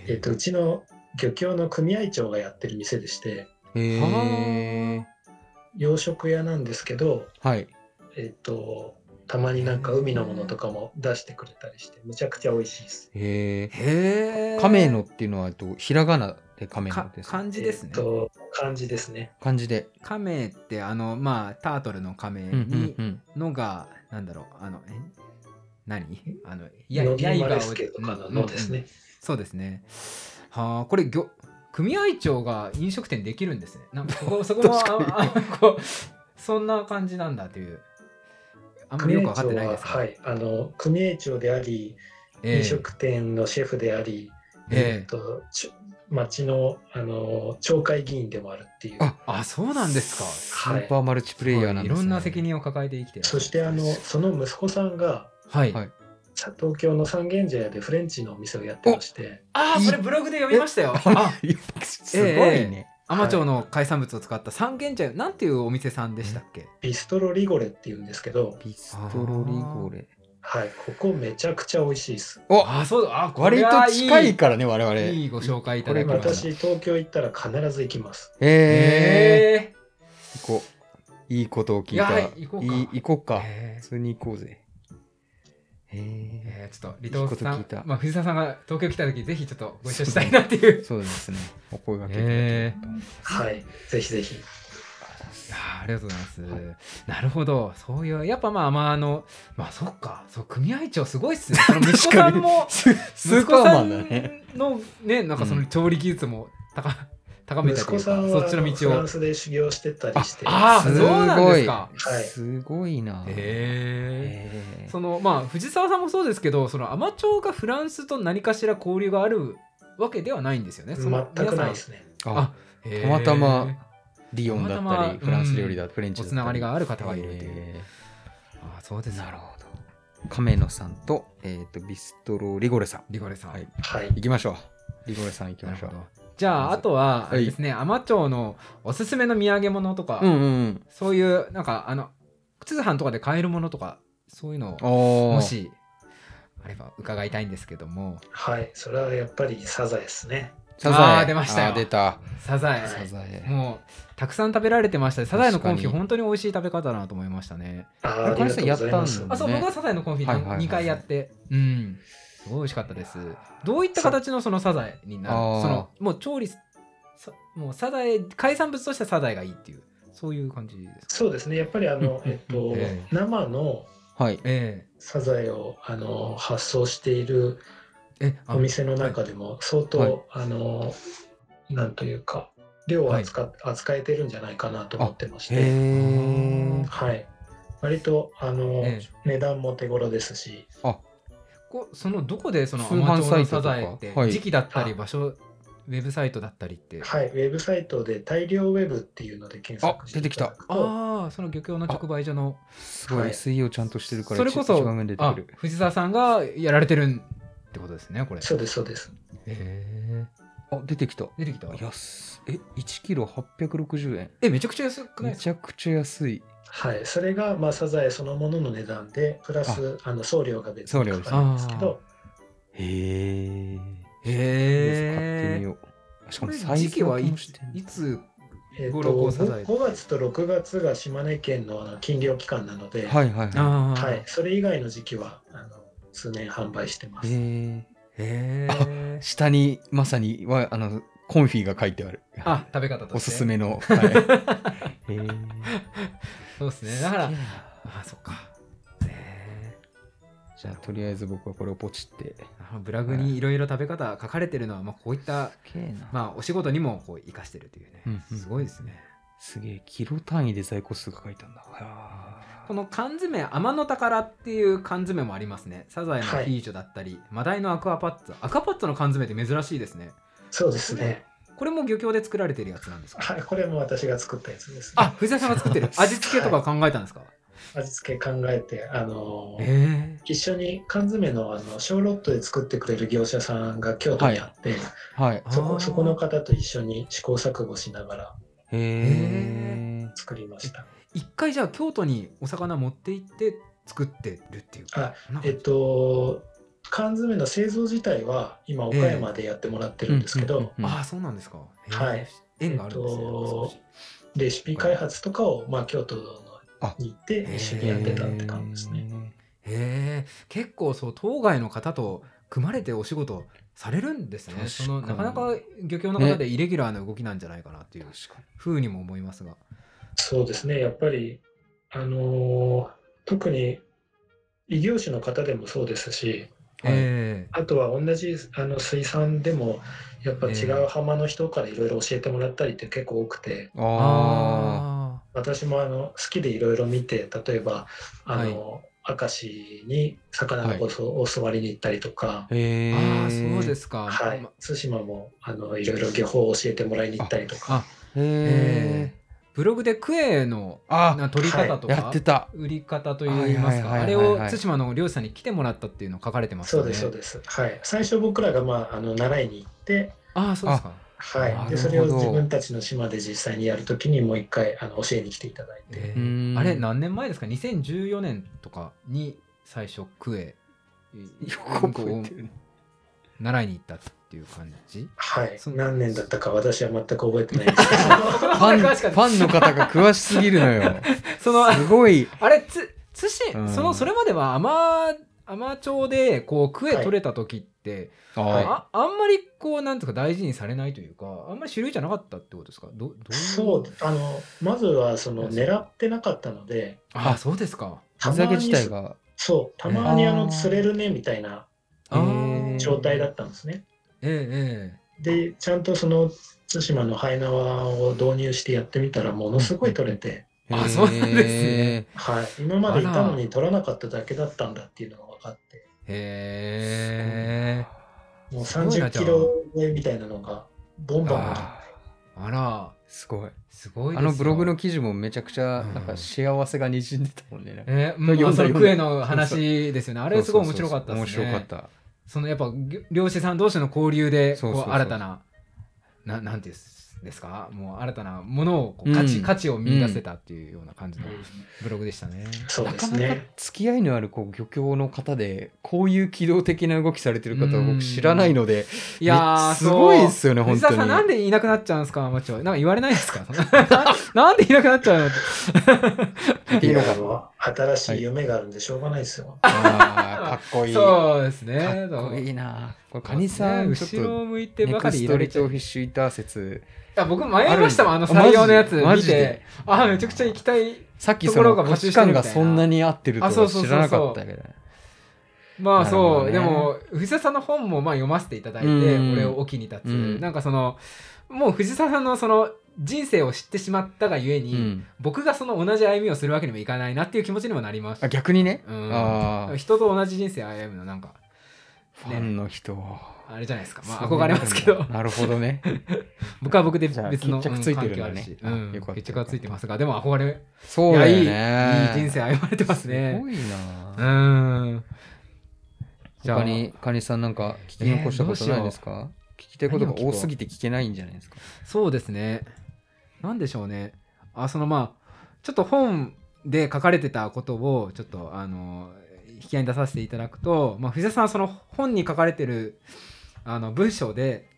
Speaker 3: えっとうちの漁協の組合長がやってる店でして
Speaker 2: へー
Speaker 3: 洋食屋なんですけど、
Speaker 2: はい
Speaker 3: えっとたまになんか海のものとかも出してくれたりしてめちゃくちゃ美味しいです。
Speaker 2: へ
Speaker 1: へえ。
Speaker 2: ー亀のっていうのはえっとひらがなで亀の
Speaker 1: か
Speaker 2: ですか
Speaker 1: 漢字ですね
Speaker 3: えっ。と感じですね。
Speaker 2: 漢字で
Speaker 1: 亀ってあのまあタートルの亀
Speaker 2: うんうん
Speaker 1: に
Speaker 2: うん
Speaker 1: のがなんだろうあのえ何あのや
Speaker 3: 野木マ
Speaker 1: 刃
Speaker 3: レ
Speaker 1: を
Speaker 3: スケとか
Speaker 1: う
Speaker 3: の
Speaker 1: んうんう
Speaker 3: の
Speaker 1: ん
Speaker 3: ですね。
Speaker 1: そうですね。はあこれぎょ組合長が飲食店できるんですね。なんかここそこもあ
Speaker 2: 確か
Speaker 1: あこうそんな感じなんだという。あんまりよく分
Speaker 3: 組合
Speaker 1: かっ
Speaker 3: 長
Speaker 1: てない
Speaker 3: は、
Speaker 1: ですけど
Speaker 3: はい、あの組合長であり、
Speaker 1: ええ
Speaker 3: 飲食店のシェフであり、
Speaker 1: ええ
Speaker 3: えっとち町のあの町会議員でもあるっていう。
Speaker 2: あ
Speaker 1: あそうなんですか。
Speaker 2: スーパーマルチプレイヤーなんです、ね
Speaker 1: いろんな責任を抱えて生きてる。
Speaker 3: そしてあのその息子さんが
Speaker 1: はい。
Speaker 2: はい
Speaker 3: さ東京の三軒茶屋でフレンチのお店をやってまして
Speaker 1: ああそれブログで読みましたよ。あ
Speaker 2: すごいね、
Speaker 1: 天町の海産物を使った三軒茶屋なんていうお店さんでしたっけ、
Speaker 3: ビストロリゴレっていうんですけど、
Speaker 2: ビストロリゴレ
Speaker 3: はい、ここめちゃくちゃ美味しいです。
Speaker 2: お
Speaker 1: あそうだあこ
Speaker 2: 割
Speaker 1: れ
Speaker 2: と
Speaker 1: はいい
Speaker 2: 近いからね、我々。
Speaker 1: いいご紹介いただき
Speaker 2: これ
Speaker 1: ました
Speaker 3: 私、東京行ったら必ず行きます。
Speaker 2: え
Speaker 1: へ
Speaker 2: ー、行こう。いいことを聞いた。
Speaker 1: いや行こうか
Speaker 2: いい行こうか。
Speaker 1: え
Speaker 2: 普通に行こうぜ。え
Speaker 1: えーちょっと離島さ
Speaker 2: いいこと聞い
Speaker 1: ん
Speaker 2: た、
Speaker 1: まあ、藤沢さんが東京来た時ぜひちょっとご一緒したいなっていう
Speaker 2: ー、そうですね。お声掛けいただ
Speaker 1: え
Speaker 2: ければと思います
Speaker 3: はい、ぜひぜひ。
Speaker 1: ー、あーありがとうございます、なるほどそういうやっぱまあまああのまあそっかそう組合長すごいっすねその息子さんも
Speaker 2: ススーパーマンだね。
Speaker 1: 息子さんのねなんかその調理技術も高,、高めた
Speaker 3: 息
Speaker 1: とい
Speaker 3: 子
Speaker 1: う
Speaker 3: さ
Speaker 1: か
Speaker 3: ん
Speaker 1: そ
Speaker 3: は
Speaker 1: っちの
Speaker 3: フ
Speaker 1: 道
Speaker 3: ラ
Speaker 1: を
Speaker 3: ンスで修行してたりして、
Speaker 1: ああー
Speaker 2: す
Speaker 1: そ
Speaker 2: ごいう
Speaker 1: なんですか
Speaker 3: はい
Speaker 2: すごいな。
Speaker 1: へえ
Speaker 2: えー
Speaker 1: そのまあ藤沢さんもそうですけどそのアマチュアがフランスと何かしら交流があるわけではないんですよね。その
Speaker 3: 全くな
Speaker 1: 皆さ
Speaker 3: いですね。
Speaker 2: あ
Speaker 1: んへー
Speaker 2: たまたまリオンだったり、
Speaker 1: たまたま
Speaker 2: フランス料理だったり、フレンチ
Speaker 1: お
Speaker 2: だった
Speaker 1: つ
Speaker 2: り。
Speaker 1: ながりがある方がいるっていう。
Speaker 2: え
Speaker 1: あそうで
Speaker 2: ー
Speaker 1: す
Speaker 2: なるほど。亀野さんと、えっ、と、ビストロリゴレさん。
Speaker 1: リゴレさん。
Speaker 2: はい
Speaker 3: はい。
Speaker 2: 行きましょう。リゴレさん行き
Speaker 1: な
Speaker 2: ま
Speaker 1: る
Speaker 2: しょ
Speaker 1: ほど
Speaker 2: う。
Speaker 1: じゃああとは
Speaker 2: はい
Speaker 1: あれですね、アマチュアのおすすめの土産物とか、
Speaker 2: うんうんうん。
Speaker 1: そういうなんかあの通販とかで買えるものとかそういうのを
Speaker 2: おー
Speaker 1: もしあれば伺いたいんですけども
Speaker 3: はい、それはやっぱりサザエですね。
Speaker 2: サザエ
Speaker 1: あー出ましたよ
Speaker 2: あー出た。
Speaker 1: サザエ
Speaker 3: は
Speaker 2: サザエ。
Speaker 1: もうたくさん食べられてましたしサザエのコンフ
Speaker 2: 確
Speaker 1: ィ
Speaker 2: かに
Speaker 1: 本当に美味しい食べ方だなと思いましたね。
Speaker 3: あー
Speaker 2: あ
Speaker 3: ありがとうご
Speaker 2: こ
Speaker 3: ざいます
Speaker 2: れさやったん。だ
Speaker 1: あそう、
Speaker 2: ね
Speaker 1: 僕はサザエのコンフィ
Speaker 2: はいはいはいはい
Speaker 1: 2回やって、うんすごい美味しかったですどういった形のそのサザエになる
Speaker 2: あー
Speaker 1: そのもう調理さもうサザエ海産物としてサザエがいいっていうそういう感じですか
Speaker 3: そうですね、やっぱりあの、
Speaker 2: うん
Speaker 3: えっと
Speaker 1: え、
Speaker 3: 生の
Speaker 2: はい。
Speaker 1: え
Speaker 3: サザエをあの発送している
Speaker 1: ええあ
Speaker 3: お店の中でも相当、
Speaker 2: はい
Speaker 3: あのなんというか量を扱,、扱えてるんじゃないかなと思ってまし
Speaker 2: へ
Speaker 3: て、
Speaker 2: え。
Speaker 3: はい、割とあの、
Speaker 1: え
Speaker 3: 値段も手頃ですし、
Speaker 1: こそのどこでそのア
Speaker 2: 通
Speaker 1: マチ
Speaker 2: 販
Speaker 1: ュア
Speaker 2: サイ
Speaker 1: のサ
Speaker 2: トとか
Speaker 1: ザエって
Speaker 2: はい
Speaker 1: 時期だったり
Speaker 3: あ
Speaker 1: 場所ウェブサイトだったりって
Speaker 3: はい、ウェブサイトで大量ウェブっていうので検索していただくと
Speaker 1: ああその漁協の直売所の
Speaker 2: すごい、
Speaker 3: はい
Speaker 2: SEO ちゃんとしてるから、
Speaker 1: それこそ
Speaker 2: 一番上に出て
Speaker 1: あ
Speaker 2: くる。
Speaker 1: 藤沢さんがやられてるんってことですねこれ
Speaker 3: そうですそうです
Speaker 1: え
Speaker 2: あ、出てきた。
Speaker 1: 出てきた
Speaker 2: 安っえ、1キロ860円。
Speaker 1: えめちゃくちゃ安くない
Speaker 2: め
Speaker 1: ですか
Speaker 2: ちゃくちゃ安い。
Speaker 3: はいそれが、まあ、サザエそのものの値段でプラスあの送料が別にかかるんですけど
Speaker 2: へえ。買ってみ
Speaker 1: へえ
Speaker 2: よう。しか
Speaker 1: こ
Speaker 2: も
Speaker 1: れ
Speaker 2: サイ
Speaker 1: 時期
Speaker 2: ズ
Speaker 1: はい
Speaker 2: も
Speaker 1: つ
Speaker 2: してんだ
Speaker 1: いつ
Speaker 3: えっと
Speaker 1: 五六サザエ
Speaker 3: 5, 月と6月が島根県のあの禁漁期間なので、はい
Speaker 2: はいはいは
Speaker 1: あ
Speaker 3: それ以外の時期はあの数年販売してま
Speaker 2: い。
Speaker 3: す。
Speaker 2: へ
Speaker 1: へ
Speaker 2: え。
Speaker 1: え
Speaker 2: 下にまさにはあのコンフィが書いてある。
Speaker 1: あ食べ方として
Speaker 2: おすすめの。はい、 へ
Speaker 1: そうです
Speaker 2: え。
Speaker 1: ねだから
Speaker 2: すげえ
Speaker 1: あそっかへ
Speaker 2: なじゃあとりあえず僕はこれをポチって。
Speaker 1: えあのブラグにいろいろ食べ方書かれてるのはまあこういった
Speaker 2: すげえな。
Speaker 1: まあお仕事にもこう生かしてるというね
Speaker 2: うんうん
Speaker 1: すごいですね
Speaker 2: すげえキロ単位で在庫数が書いてあるんだ。は
Speaker 1: この缶詰天の宝っていう缶詰もありますねサザエのフィーチョだったりマダイのアクアパッツァアクアパッツァの缶詰って珍しいですね
Speaker 3: そうですね。
Speaker 1: これも漁協で作られてるやつなんですか
Speaker 3: はい、これも私が作ったやつです、ね。
Speaker 1: あ、藤田さんが作ってる味付けとか考えたんですか。
Speaker 3: 味付け考えて、あのー
Speaker 1: え
Speaker 3: 一緒に缶詰のあの小ロットで作ってくれる業者さんが京都にあって、
Speaker 2: はい。
Speaker 1: ー
Speaker 3: そ
Speaker 1: あー
Speaker 3: こそこの方と一緒に試行錯誤しながら
Speaker 2: へえ。
Speaker 3: 作りました。
Speaker 1: 一回じゃあ京都にお魚持って行って作ってるっていう。
Speaker 3: あ
Speaker 1: なんか
Speaker 3: えっと缶詰の製造自体は今岡山でやってもらってるんですけど、
Speaker 2: うんうんうんうん
Speaker 1: あー、そうなんですか。へー
Speaker 3: はい。
Speaker 1: 縁があるんですね。
Speaker 3: えっ
Speaker 1: なんか少
Speaker 3: と
Speaker 1: し
Speaker 3: レシピ開発とかを、まあ、京都のに行って
Speaker 1: あ
Speaker 3: 一緒にやってたって感じですね。
Speaker 2: ね。
Speaker 1: へえ、結構そう当該の方と組まれてお仕事されるんです
Speaker 2: 確か
Speaker 1: ね。
Speaker 2: に
Speaker 1: そのなかなか漁協の方でイレギュラーな動きなんじゃないかなっていう
Speaker 2: 確かに。
Speaker 1: ふうにも思いますが。
Speaker 3: そうですねやっぱり、あのー特に異業種の方でもそうですし
Speaker 2: はい
Speaker 1: え
Speaker 3: あとは同じあの水産でもやっぱ違う浜の人からいろいろ教えてもらったりって結構多くて
Speaker 1: え。
Speaker 2: あ
Speaker 1: あ
Speaker 3: 私もあの好きでいろいろ見て例えばあの、明石に魚のごそお座りに行ったりと
Speaker 2: あ。、
Speaker 3: か
Speaker 1: ー
Speaker 2: へえ。
Speaker 1: あー、そうですか。
Speaker 3: はい
Speaker 1: ま
Speaker 3: 対馬もあのいろいろ漁法を教えてもらいに行ったりとか
Speaker 1: あ、
Speaker 2: へえ
Speaker 1: え。ブログでクエの
Speaker 2: あ、
Speaker 1: な取り方とか、
Speaker 2: やってた。
Speaker 1: 売り方といいますか、
Speaker 2: はい
Speaker 1: あ
Speaker 2: はいはい
Speaker 1: れ
Speaker 2: はいはい
Speaker 1: を対馬の漁師さんに来てもらったっていうの書かれてます
Speaker 3: そ
Speaker 1: よ
Speaker 3: う
Speaker 1: ね。
Speaker 3: ですそうです、はい、最初僕らが、まあ、あの習いに行って、
Speaker 1: ああ、そうですか。
Speaker 3: は、
Speaker 2: ないるほど
Speaker 3: でそれを自分たちの島で実際にやるときにもう一回あの教えに来ていただいて、
Speaker 1: え
Speaker 2: うー
Speaker 1: ー
Speaker 2: ん
Speaker 1: あれ何年前ですか？2014年とかに最初クエ
Speaker 2: よく 覚えてるね。
Speaker 1: 習いに行ったっていう感じ
Speaker 3: はい
Speaker 1: そ。う
Speaker 3: 何年だったか私は全く覚えてないんですけど
Speaker 2: ファン、ファンの方が詳しすぎるの よ。
Speaker 1: その
Speaker 2: すごい。
Speaker 1: あれつつし、
Speaker 2: うん
Speaker 1: そのそれまでは天天町でこうクエ
Speaker 3: はい
Speaker 1: 取れた時って、
Speaker 2: あ
Speaker 3: はい
Speaker 2: あ
Speaker 1: ああんまりこうなんとか大事にされないというかあんまり主流じゃなかったってことですかどどういう
Speaker 3: そう、あの、まずはその狙ってなかったので、
Speaker 1: あそうですか
Speaker 3: た
Speaker 2: 水
Speaker 3: ま
Speaker 2: 揚げ
Speaker 3: に
Speaker 2: 自体が。
Speaker 3: そう、たまに
Speaker 2: あ
Speaker 3: あの
Speaker 2: ー
Speaker 3: 釣れるねみたいな
Speaker 1: あ
Speaker 2: へー
Speaker 1: ー
Speaker 3: 状態だったんですね。
Speaker 1: ええ
Speaker 3: で、ちゃんとその対馬のハイナワを導入してやってみたら、ものすごい取れて、
Speaker 1: あそうなんですね
Speaker 3: はい、今までいた
Speaker 1: あ
Speaker 3: の
Speaker 1: ら
Speaker 3: に取らなかっただけだったんだっていうのが分かって、
Speaker 1: ええへえ
Speaker 3: もう
Speaker 1: すごいな
Speaker 3: 30キロ超えみたいなのが、ボンボン来て
Speaker 2: あ
Speaker 1: あら
Speaker 2: ーすごい。
Speaker 1: すごいで
Speaker 2: あ
Speaker 1: すよ
Speaker 2: のブログの記事もめちゃくちゃ、なん
Speaker 1: う
Speaker 2: か
Speaker 1: ん
Speaker 2: 幸せが滲んでたもんね。なんか
Speaker 1: えー
Speaker 2: 読
Speaker 1: まあ
Speaker 2: んだ
Speaker 1: その
Speaker 2: 読んだ
Speaker 1: クエの話ですよねあれすごい面白かったですね
Speaker 2: そうそうそう面白かっ
Speaker 1: そのやっぱ漁漁師さん同士の交流で
Speaker 2: そうそう
Speaker 1: こ
Speaker 2: そう
Speaker 1: う新たなななんていうんですかもう新たなものをこう
Speaker 2: うん
Speaker 1: 価値、価値を見出せたっていうような感じのブログでしたね。
Speaker 3: そう
Speaker 2: た。
Speaker 3: で
Speaker 2: なか
Speaker 3: す
Speaker 2: なか
Speaker 3: ね。
Speaker 2: 付き合いのあるこう漁協の方で、こういう機動的な動きされてる方は
Speaker 1: う
Speaker 2: 僕
Speaker 1: ん
Speaker 2: 知らないので、
Speaker 1: いや
Speaker 2: め
Speaker 1: ー
Speaker 2: すごいです
Speaker 1: よ
Speaker 2: よね、本
Speaker 1: 藤田
Speaker 2: 当
Speaker 1: さんなん
Speaker 2: に。
Speaker 1: でいなくなっちゃうんですかアマチュアなんか言われないですかな なんでいなくなっちゃうの
Speaker 2: いいの
Speaker 3: い
Speaker 2: か
Speaker 3: やもう新しい夢があるんでしょうがないですよ。
Speaker 2: あーかっこいい。
Speaker 1: そうですね。
Speaker 2: かっこいいな。これ、カニさん、
Speaker 1: ね
Speaker 2: ちょっ
Speaker 1: 後ろ
Speaker 2: と。
Speaker 1: を向いて
Speaker 2: ネ
Speaker 1: ばか
Speaker 2: ク
Speaker 1: り
Speaker 2: ス
Speaker 1: い
Speaker 2: ト
Speaker 1: られ
Speaker 2: リ
Speaker 1: ちゃ
Speaker 2: ト
Speaker 1: う
Speaker 2: フィッシュイター説
Speaker 1: あ僕迷いましたもんあ
Speaker 2: る
Speaker 1: の
Speaker 2: んだ
Speaker 1: 採用のやつ
Speaker 2: マ
Speaker 1: 見
Speaker 2: ジで
Speaker 1: てあめちゃくちゃ行きたい
Speaker 2: さっきそ
Speaker 1: とこ
Speaker 2: の
Speaker 1: ろが
Speaker 2: 価
Speaker 1: 募集
Speaker 2: 値
Speaker 1: してる
Speaker 2: 観
Speaker 1: みたいな
Speaker 2: がそんなに合ってると
Speaker 1: あそ
Speaker 2: は
Speaker 1: うそう
Speaker 2: 知
Speaker 1: そうそう
Speaker 2: らなかったけどね
Speaker 1: まあそう、
Speaker 2: なる
Speaker 1: で
Speaker 2: ほ
Speaker 1: も藤田さんの本もまあ読ませていただいて、
Speaker 2: うん
Speaker 1: 俺を沖に立つ、
Speaker 2: うん
Speaker 1: なんかそのもう藤田さんのその人生を知ってしまったがゆえ
Speaker 2: う
Speaker 1: に、
Speaker 2: ん
Speaker 1: 僕がその同じ歩みをするわけにもいかないなっていう気持ちにもなりまし
Speaker 2: あ
Speaker 1: た、
Speaker 2: 逆にね
Speaker 1: うん
Speaker 2: あー
Speaker 1: 人と同じ人生を歩むのなんか
Speaker 2: ファンの人
Speaker 1: あれじゃないですか、まあ、
Speaker 2: そ
Speaker 1: 憧
Speaker 2: うなる
Speaker 1: れ
Speaker 2: んだ
Speaker 1: ますけど
Speaker 2: なるほどね
Speaker 1: 僕は僕で
Speaker 2: じゃあ
Speaker 1: 別の
Speaker 2: 決着
Speaker 1: うん
Speaker 2: ついてるんだね
Speaker 1: 関係あし
Speaker 2: あ
Speaker 1: うん
Speaker 2: よかった
Speaker 1: 決着はついてますがでも憧れ
Speaker 2: そうだよね
Speaker 1: いやいいいい人生歩まれてます
Speaker 2: す
Speaker 1: ね
Speaker 2: ごいうな。
Speaker 1: んじゃあ
Speaker 2: 他に、カニさんなんか聞き残したことないですか聞きたいことが多すぎて聞けないんじゃないですか。
Speaker 1: そうですね。なんでしょうね。あ、そのまあ、ちょっと本で書かれてたことを、ちょっと、あの、引き合いに出させていただくと、まあ、藤田さん、その本に書かれてる、あの、文章で、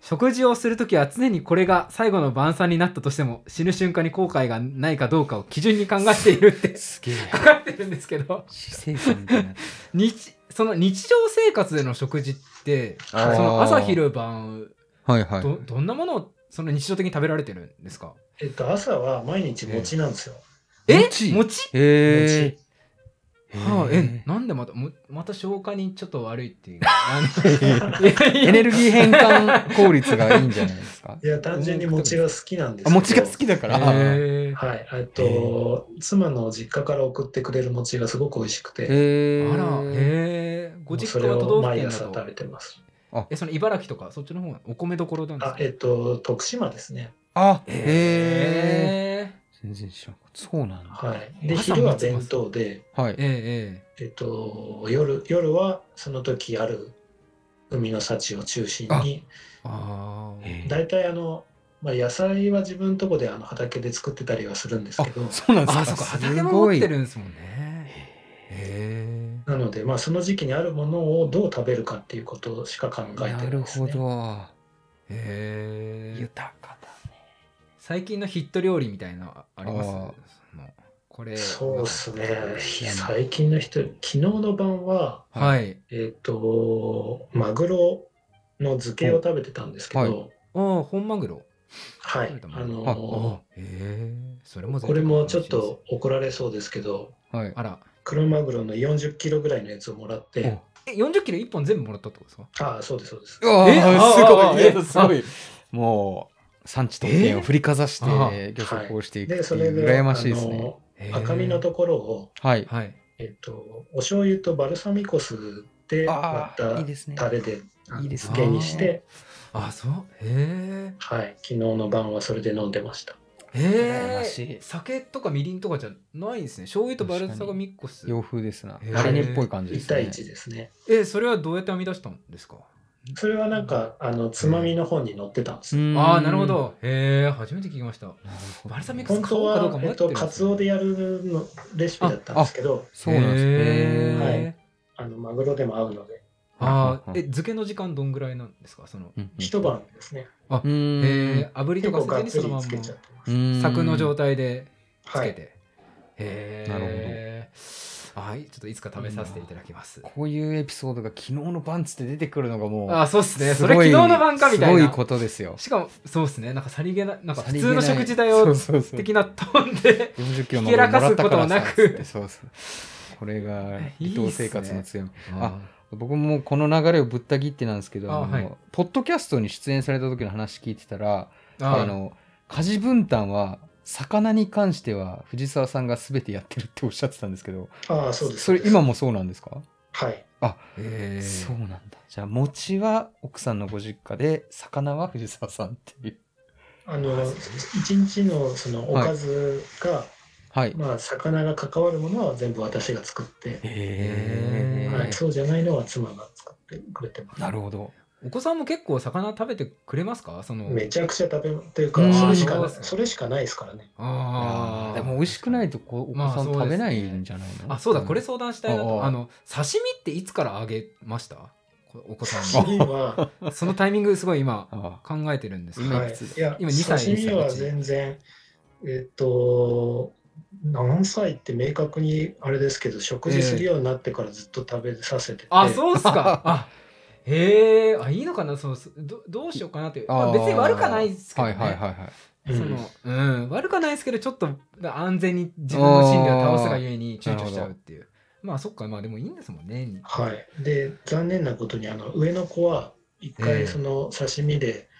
Speaker 1: 食事をするときは常にこれが最後の晩餐になったとしても死ぬ瞬間に後悔がないかどうかを基準に考えているって
Speaker 2: すげえ。
Speaker 1: 書かれてるんですけど
Speaker 2: 死生観みたいな。
Speaker 1: 日その日常生活での食事ってそ
Speaker 2: あー
Speaker 1: の朝昼晩
Speaker 2: はいはい。
Speaker 1: どどんなものをその日常的に食べられてるんですか
Speaker 3: えっと、朝は毎日餅なんですよ。
Speaker 1: え
Speaker 2: 餅
Speaker 1: 餅
Speaker 2: へえ。
Speaker 1: はあ、え
Speaker 2: へ、
Speaker 1: なんでまた、もまた消化にちょっと悪いっていう。
Speaker 2: えエ
Speaker 1: エ
Speaker 2: ネルギー変換効率がいいんじゃないで すか
Speaker 3: いや、単純に餅が好きなんです
Speaker 2: あ
Speaker 3: けど
Speaker 2: 餅が好きだから。へ
Speaker 1: え
Speaker 3: はい。えっ
Speaker 2: へ
Speaker 3: と、妻の実家から送ってくれる餅がすごく美味しくて、
Speaker 2: え。
Speaker 1: あら、へえ。ご
Speaker 3: もう
Speaker 1: 実
Speaker 3: そ
Speaker 1: 家
Speaker 3: れ
Speaker 1: は都道
Speaker 3: を
Speaker 1: 府
Speaker 3: 毎
Speaker 1: 県
Speaker 3: 朝
Speaker 1: だ
Speaker 3: 食べ
Speaker 1: と。
Speaker 3: てます。
Speaker 1: え、その茨城とか、そっちの方はお米どころなんです
Speaker 3: あ
Speaker 1: か、
Speaker 3: えっと、徳島ですね。
Speaker 2: あ、へえ。
Speaker 1: え
Speaker 2: 全然知らんかった。そうなんだ。
Speaker 3: はい。で、
Speaker 1: 朝
Speaker 3: 昼は
Speaker 1: 餅も
Speaker 3: 弁当で、
Speaker 2: はい
Speaker 1: え。え
Speaker 3: えっと、夜、夜はその時ある海の幸を中心
Speaker 1: え
Speaker 3: に、
Speaker 1: ああ。
Speaker 2: へえ
Speaker 3: 大体あの、まあ、野菜は自分のとこであの畑で作ってたりはするんですけど、
Speaker 2: そうなんですか。
Speaker 1: あ、そっか、
Speaker 2: す
Speaker 1: 畑も
Speaker 2: ご
Speaker 1: 持っ
Speaker 2: い
Speaker 1: てるんですもんね。へ
Speaker 3: なので、まあ、その時期にあるものをどう食べるかっていうことしか考
Speaker 2: な
Speaker 3: えてない
Speaker 2: る
Speaker 3: です
Speaker 2: ほ
Speaker 3: ね。
Speaker 2: ど。
Speaker 1: え。へえ。
Speaker 2: 豊かだね。
Speaker 1: 最近のヒット料理みたいな、あります
Speaker 2: あー
Speaker 1: そのこれ。
Speaker 3: そうですね。
Speaker 1: いや
Speaker 3: 最近の人、昨日の晩は、
Speaker 1: はい。
Speaker 3: えっ、と、マグロの漬けを食べてたんですけど、
Speaker 1: ああ、本マグロ。
Speaker 3: はい。
Speaker 1: 食べたも
Speaker 3: あ
Speaker 1: の
Speaker 3: の、
Speaker 1: へえ。それも
Speaker 3: これもちょっと怒られそうですけど、
Speaker 2: はい。
Speaker 1: あら、
Speaker 3: 黒マグロの40キロぐらいのやつをもらって、
Speaker 1: え、40キロ1本全部もらったってことですか
Speaker 3: ああ、そうです、そうです。
Speaker 2: うわ
Speaker 1: えあ
Speaker 2: ー
Speaker 1: あ
Speaker 2: すごいい
Speaker 1: あ
Speaker 2: や
Speaker 1: あ
Speaker 2: すごいもう産地と点を振りかざし
Speaker 1: えああ
Speaker 2: て漁獲をしていく
Speaker 3: で、
Speaker 2: って
Speaker 3: それ
Speaker 2: いう
Speaker 3: で、
Speaker 2: 羨ましいですね。
Speaker 1: へー
Speaker 3: 赤身のところを、
Speaker 2: はい。
Speaker 1: はい。
Speaker 3: えっと、お醤油とバルサミコ酢で割
Speaker 2: あ
Speaker 3: っ
Speaker 2: あい
Speaker 3: た
Speaker 2: いですね。
Speaker 3: タレであの
Speaker 2: いいです
Speaker 1: ね
Speaker 3: 漬けにして、
Speaker 1: あ、そう。へ
Speaker 3: はい、昨日の晩はそれで飲んでました。
Speaker 1: え。へ
Speaker 2: 羨ま
Speaker 1: え。
Speaker 2: しい
Speaker 1: 酒とかみりんとかじゃないんですね。醤油とバルサミミッコス。
Speaker 2: 洋風ですな。
Speaker 1: へえ
Speaker 2: マリネっぽい感じです
Speaker 3: 1
Speaker 2: ね。
Speaker 3: 対1ですね。
Speaker 1: え、それはどうやって編み出したんですか。
Speaker 3: それはなんかあのつまみの本に載ってたんですよ、
Speaker 1: ああ、なるほ。ど。へえ、初めて聞きました。バルサミックス
Speaker 3: 本
Speaker 1: 買お
Speaker 3: 当
Speaker 1: うかどうか、
Speaker 3: は
Speaker 1: 迷
Speaker 3: え
Speaker 1: っ
Speaker 3: っ
Speaker 1: る
Speaker 3: てと、
Speaker 1: んです
Speaker 3: カツオでやるのレシピだったんですけど
Speaker 2: そうなんです
Speaker 1: へー
Speaker 2: ね。
Speaker 3: はいあのマグロでも合うので
Speaker 1: ああ
Speaker 2: う、ん
Speaker 1: え、漬けの時間どんぐらいなんですかその。
Speaker 2: うん
Speaker 3: 一。晩ですね
Speaker 2: う
Speaker 1: へ
Speaker 2: ん
Speaker 1: え、。炙り
Speaker 3: 結
Speaker 1: とか
Speaker 3: 構が
Speaker 1: せ
Speaker 3: っ
Speaker 1: ずにそ
Speaker 3: つ
Speaker 1: の
Speaker 3: り
Speaker 1: まん
Speaker 3: つけちゃっ
Speaker 1: ま
Speaker 3: てます、
Speaker 2: うん
Speaker 1: 柵の状態でつ
Speaker 3: は
Speaker 1: け
Speaker 3: い
Speaker 1: て。へえ。
Speaker 2: なる
Speaker 1: ほど。はい、ちょっといつか食べさせていただきます。
Speaker 2: こういうエピソードが昨日の晩つって出てくるのがもう。
Speaker 1: ああ、そうっすね。
Speaker 2: す
Speaker 1: そ
Speaker 2: ご
Speaker 1: れ
Speaker 2: い
Speaker 1: 昨日の晩かみたい
Speaker 2: す
Speaker 1: な
Speaker 2: ごい。ことですよ。
Speaker 1: しかも、そうっすね。なんかさりげな、なんか
Speaker 2: さ
Speaker 1: 普
Speaker 2: りげ
Speaker 1: 通
Speaker 2: ない
Speaker 1: の食事だよ
Speaker 2: そうそう そう。
Speaker 1: 的なトーンで。
Speaker 2: 40キロの
Speaker 1: ひけらかすこともなく
Speaker 2: もらったからさつってそうそう。これが離島生活の強み。あ僕もこの流れをぶった切ってなんですけど、
Speaker 1: あ
Speaker 2: あの
Speaker 1: はい
Speaker 2: ポッドキャストに出演された時の話聞いてたら、
Speaker 1: あ
Speaker 2: あの家事分担は魚に関しては藤沢さんが全てやってるっておっしゃってたんですけど、
Speaker 3: ああそうです
Speaker 2: それ
Speaker 3: うです
Speaker 2: 今もそうなんですか、
Speaker 3: はい
Speaker 1: へえ。
Speaker 2: そうなんだ。じゃあ餅は奥さんのご実家で魚は藤沢さんっていう。
Speaker 3: あの一日のそのおかずが、
Speaker 2: はい。
Speaker 3: まあ魚が関わるものは全部私が作って、
Speaker 2: へー
Speaker 3: はい、そうじゃないのは妻が作ってくれてます
Speaker 2: なるほど。
Speaker 1: お子さんも結構魚食べてくれますかその
Speaker 3: めちゃくちゃ食べっていう
Speaker 2: う
Speaker 3: か
Speaker 2: ん
Speaker 3: それしか
Speaker 1: あ
Speaker 3: な
Speaker 1: ー
Speaker 3: それしかないですからね
Speaker 1: ああ
Speaker 2: でも美味しくないいとこうお
Speaker 1: ま
Speaker 2: 子
Speaker 1: あ
Speaker 2: さん
Speaker 1: そう
Speaker 2: 食
Speaker 1: ですね
Speaker 2: べないんじゃないの、
Speaker 1: あそうだこれ相談したいな
Speaker 2: あ
Speaker 1: と
Speaker 2: あ
Speaker 1: あの刺身っていつからあげましたこお子さん
Speaker 3: 刺身は、
Speaker 1: にそのタイミングすごい今
Speaker 2: ああ
Speaker 1: 考えてるんですけど
Speaker 3: はい
Speaker 2: いくつ、
Speaker 3: いや
Speaker 1: 今2歳
Speaker 3: 刺身は全然えっと何歳って明確にあれですけど食事するようになってからずっと食べさせてて、
Speaker 1: あそうっす かあへえあいいのかなそうどどうしようかなってまあ、別に悪かないですけど、ね
Speaker 2: はいはいはいはい。
Speaker 3: うん
Speaker 1: そのうん、悪くはないですけどちょっと安全に自分の心理を倒すがゆえに躊躇しちゃうっていうまあそっかまあでもいいんですもんね
Speaker 3: はい、で残念なことにあの上の子は一
Speaker 1: ええ
Speaker 3: 回その刺身で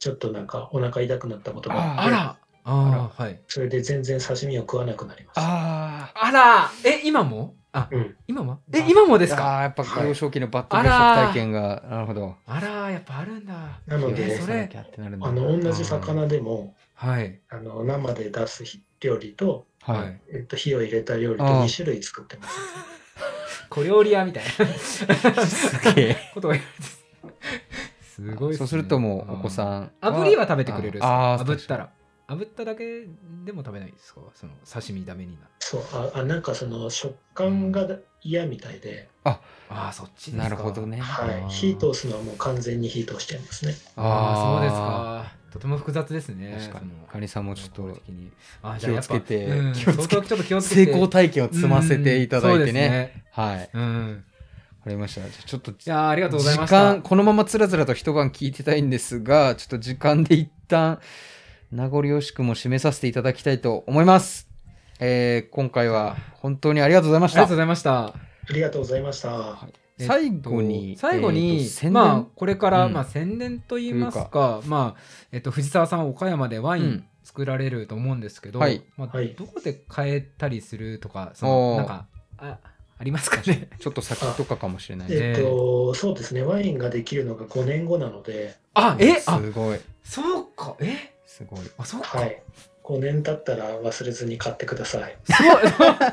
Speaker 3: ちょっとなんかお腹痛くなったことがあ
Speaker 1: あ
Speaker 3: って
Speaker 1: らああはい
Speaker 3: それで全然刺身を食わなくなりました
Speaker 2: あ
Speaker 1: あらえ今もあ、
Speaker 3: うん
Speaker 1: 今もえ今もですか
Speaker 2: あーやっぱ
Speaker 3: はい
Speaker 2: 幼少期のバッド
Speaker 1: あ
Speaker 2: 給食
Speaker 1: らー
Speaker 2: 体験が、なるほど。
Speaker 1: あらやっぱあるんだ
Speaker 3: なの
Speaker 1: え
Speaker 3: で
Speaker 1: それ
Speaker 3: あの同じ魚でも
Speaker 1: はい
Speaker 3: あの生で出す料理と、
Speaker 2: はい、
Speaker 3: えっと、火を入れた料理と
Speaker 2: ああ
Speaker 3: 2種類作ってます
Speaker 1: 小料理屋みたい な
Speaker 2: すげえ
Speaker 1: ことを言われてすごいっね
Speaker 2: そうするともうお子さん
Speaker 1: うん炙りは食べてくれるんですか
Speaker 2: あー
Speaker 1: 炙ったら炙っただけでも食べないですかその刺身ダメになる
Speaker 3: そうああなんかその食感が嫌みたいで、
Speaker 1: ああそっちですか
Speaker 2: なるほどね
Speaker 3: は
Speaker 1: ああ
Speaker 3: い、火通すのはもう完全に火通してますね
Speaker 1: ああそうです
Speaker 2: あ
Speaker 1: かとても複雑ですね
Speaker 2: 確かに
Speaker 1: その
Speaker 2: カニさんもちょっと
Speaker 1: 的にあ
Speaker 2: 気をつけて
Speaker 1: じゃあやっぱうん
Speaker 2: 気をつけて
Speaker 1: 相当ちょっと気を
Speaker 2: ー
Speaker 1: つけて
Speaker 2: 成功体験を積ませていただいて
Speaker 1: うん
Speaker 2: ね,、はい
Speaker 1: うんそうですねうん
Speaker 2: わかりましたじゃあちょっと
Speaker 1: いやーありがとうございま
Speaker 2: 時
Speaker 1: した
Speaker 2: 間このままつらつらと一晩聞いてたいんですがちょっと時間で一旦名残惜しくも締めさせていただきたいと思います、えー今回は本当にありがとうございま
Speaker 1: あ
Speaker 2: し
Speaker 1: りが
Speaker 2: た
Speaker 1: とうございました。
Speaker 3: ありがとうございました、
Speaker 1: えっと
Speaker 2: 最後に
Speaker 1: 最後
Speaker 2: え
Speaker 1: に
Speaker 2: ーと、宣伝
Speaker 1: まあ、これから、
Speaker 2: うん
Speaker 1: まあ、宣伝と言います
Speaker 2: という
Speaker 1: か、まあ、えっと、藤沢さんは岡山でワイ
Speaker 2: う
Speaker 1: ン
Speaker 2: ん
Speaker 1: 作られると思うんですけど、
Speaker 2: はい
Speaker 1: まあ
Speaker 3: はい
Speaker 1: どこで買えたりするとか、その
Speaker 2: おー
Speaker 1: なんかあ、ありますかね。
Speaker 2: ちょっと先とかかもしれないね
Speaker 1: え
Speaker 3: えっとそうですねワインができるのが5年後なので
Speaker 1: あ、 え、あ、
Speaker 2: すごい
Speaker 1: そうか、え、
Speaker 2: すごい
Speaker 1: あ、そうか。
Speaker 3: はい5年経ったら忘れずに買ってください
Speaker 1: すごい。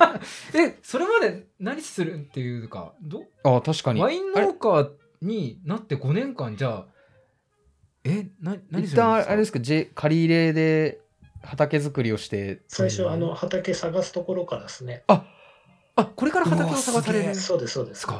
Speaker 1: え、それまで何するっていうか、ど
Speaker 2: あ確かに
Speaker 1: ワイン
Speaker 2: あれ
Speaker 1: 農家になって5年間じゃあ、え、な何す
Speaker 2: 一
Speaker 1: る
Speaker 2: 旦
Speaker 1: んですか
Speaker 2: あれあれですか、J、借り入れで畑作りをして
Speaker 3: 最初
Speaker 1: うん
Speaker 3: あの畑探すところからですね
Speaker 1: あ、これから畑を探され
Speaker 2: う
Speaker 1: る
Speaker 2: わ。
Speaker 3: そうですそうです
Speaker 1: すごい
Speaker 2: わ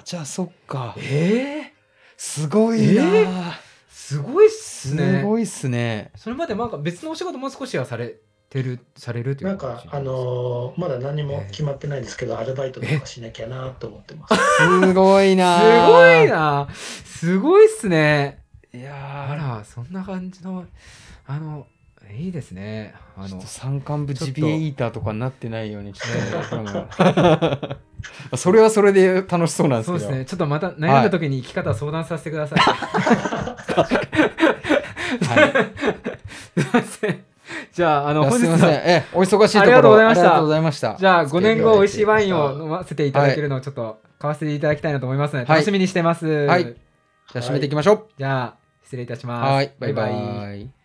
Speaker 2: あじゃあそっか
Speaker 1: ええ
Speaker 2: すごいなあ、
Speaker 1: えすごいっす
Speaker 2: す
Speaker 1: ね。
Speaker 2: ごいっすね
Speaker 1: それまでなんか別のお仕事も少しはされてる、されるという
Speaker 3: なんかあのーまだ何も決まってないですけど、アルバイトとかしなきゃなと思ってます。
Speaker 2: すごいな
Speaker 1: すごい
Speaker 2: な
Speaker 1: な。すごいっすね。
Speaker 2: い
Speaker 1: あ
Speaker 2: や
Speaker 1: ら、そんな感じの、あの、いいですね。
Speaker 2: あ
Speaker 1: あ
Speaker 2: ちょっ
Speaker 1: の
Speaker 2: と、山間部ジビエイーターとかになってないようにちょっとねそれはそれで楽しそうなんです
Speaker 1: そう
Speaker 2: けど
Speaker 1: ですね。ちょっとまた悩んだ時に生き方相談させてください。
Speaker 2: は
Speaker 1: すいません。じゃあ、あの、
Speaker 2: い、
Speaker 1: 本
Speaker 2: す
Speaker 1: 日
Speaker 2: いません
Speaker 1: は、
Speaker 2: えお忙しいとこ
Speaker 1: あ
Speaker 2: ろ
Speaker 1: りがとうございました
Speaker 2: ありがとうございました
Speaker 1: じゃあ5年後美味しいワインを
Speaker 2: 付き合っていただ
Speaker 1: 飲ませていただ
Speaker 2: いて
Speaker 1: けるのをちょっと買わせていただきたいなと思いますので、
Speaker 2: はい
Speaker 1: 楽しみにしてます。
Speaker 2: はいじゃあ締めていきましょう
Speaker 1: じゃあ、失礼いたします。
Speaker 2: はい、バイバイ。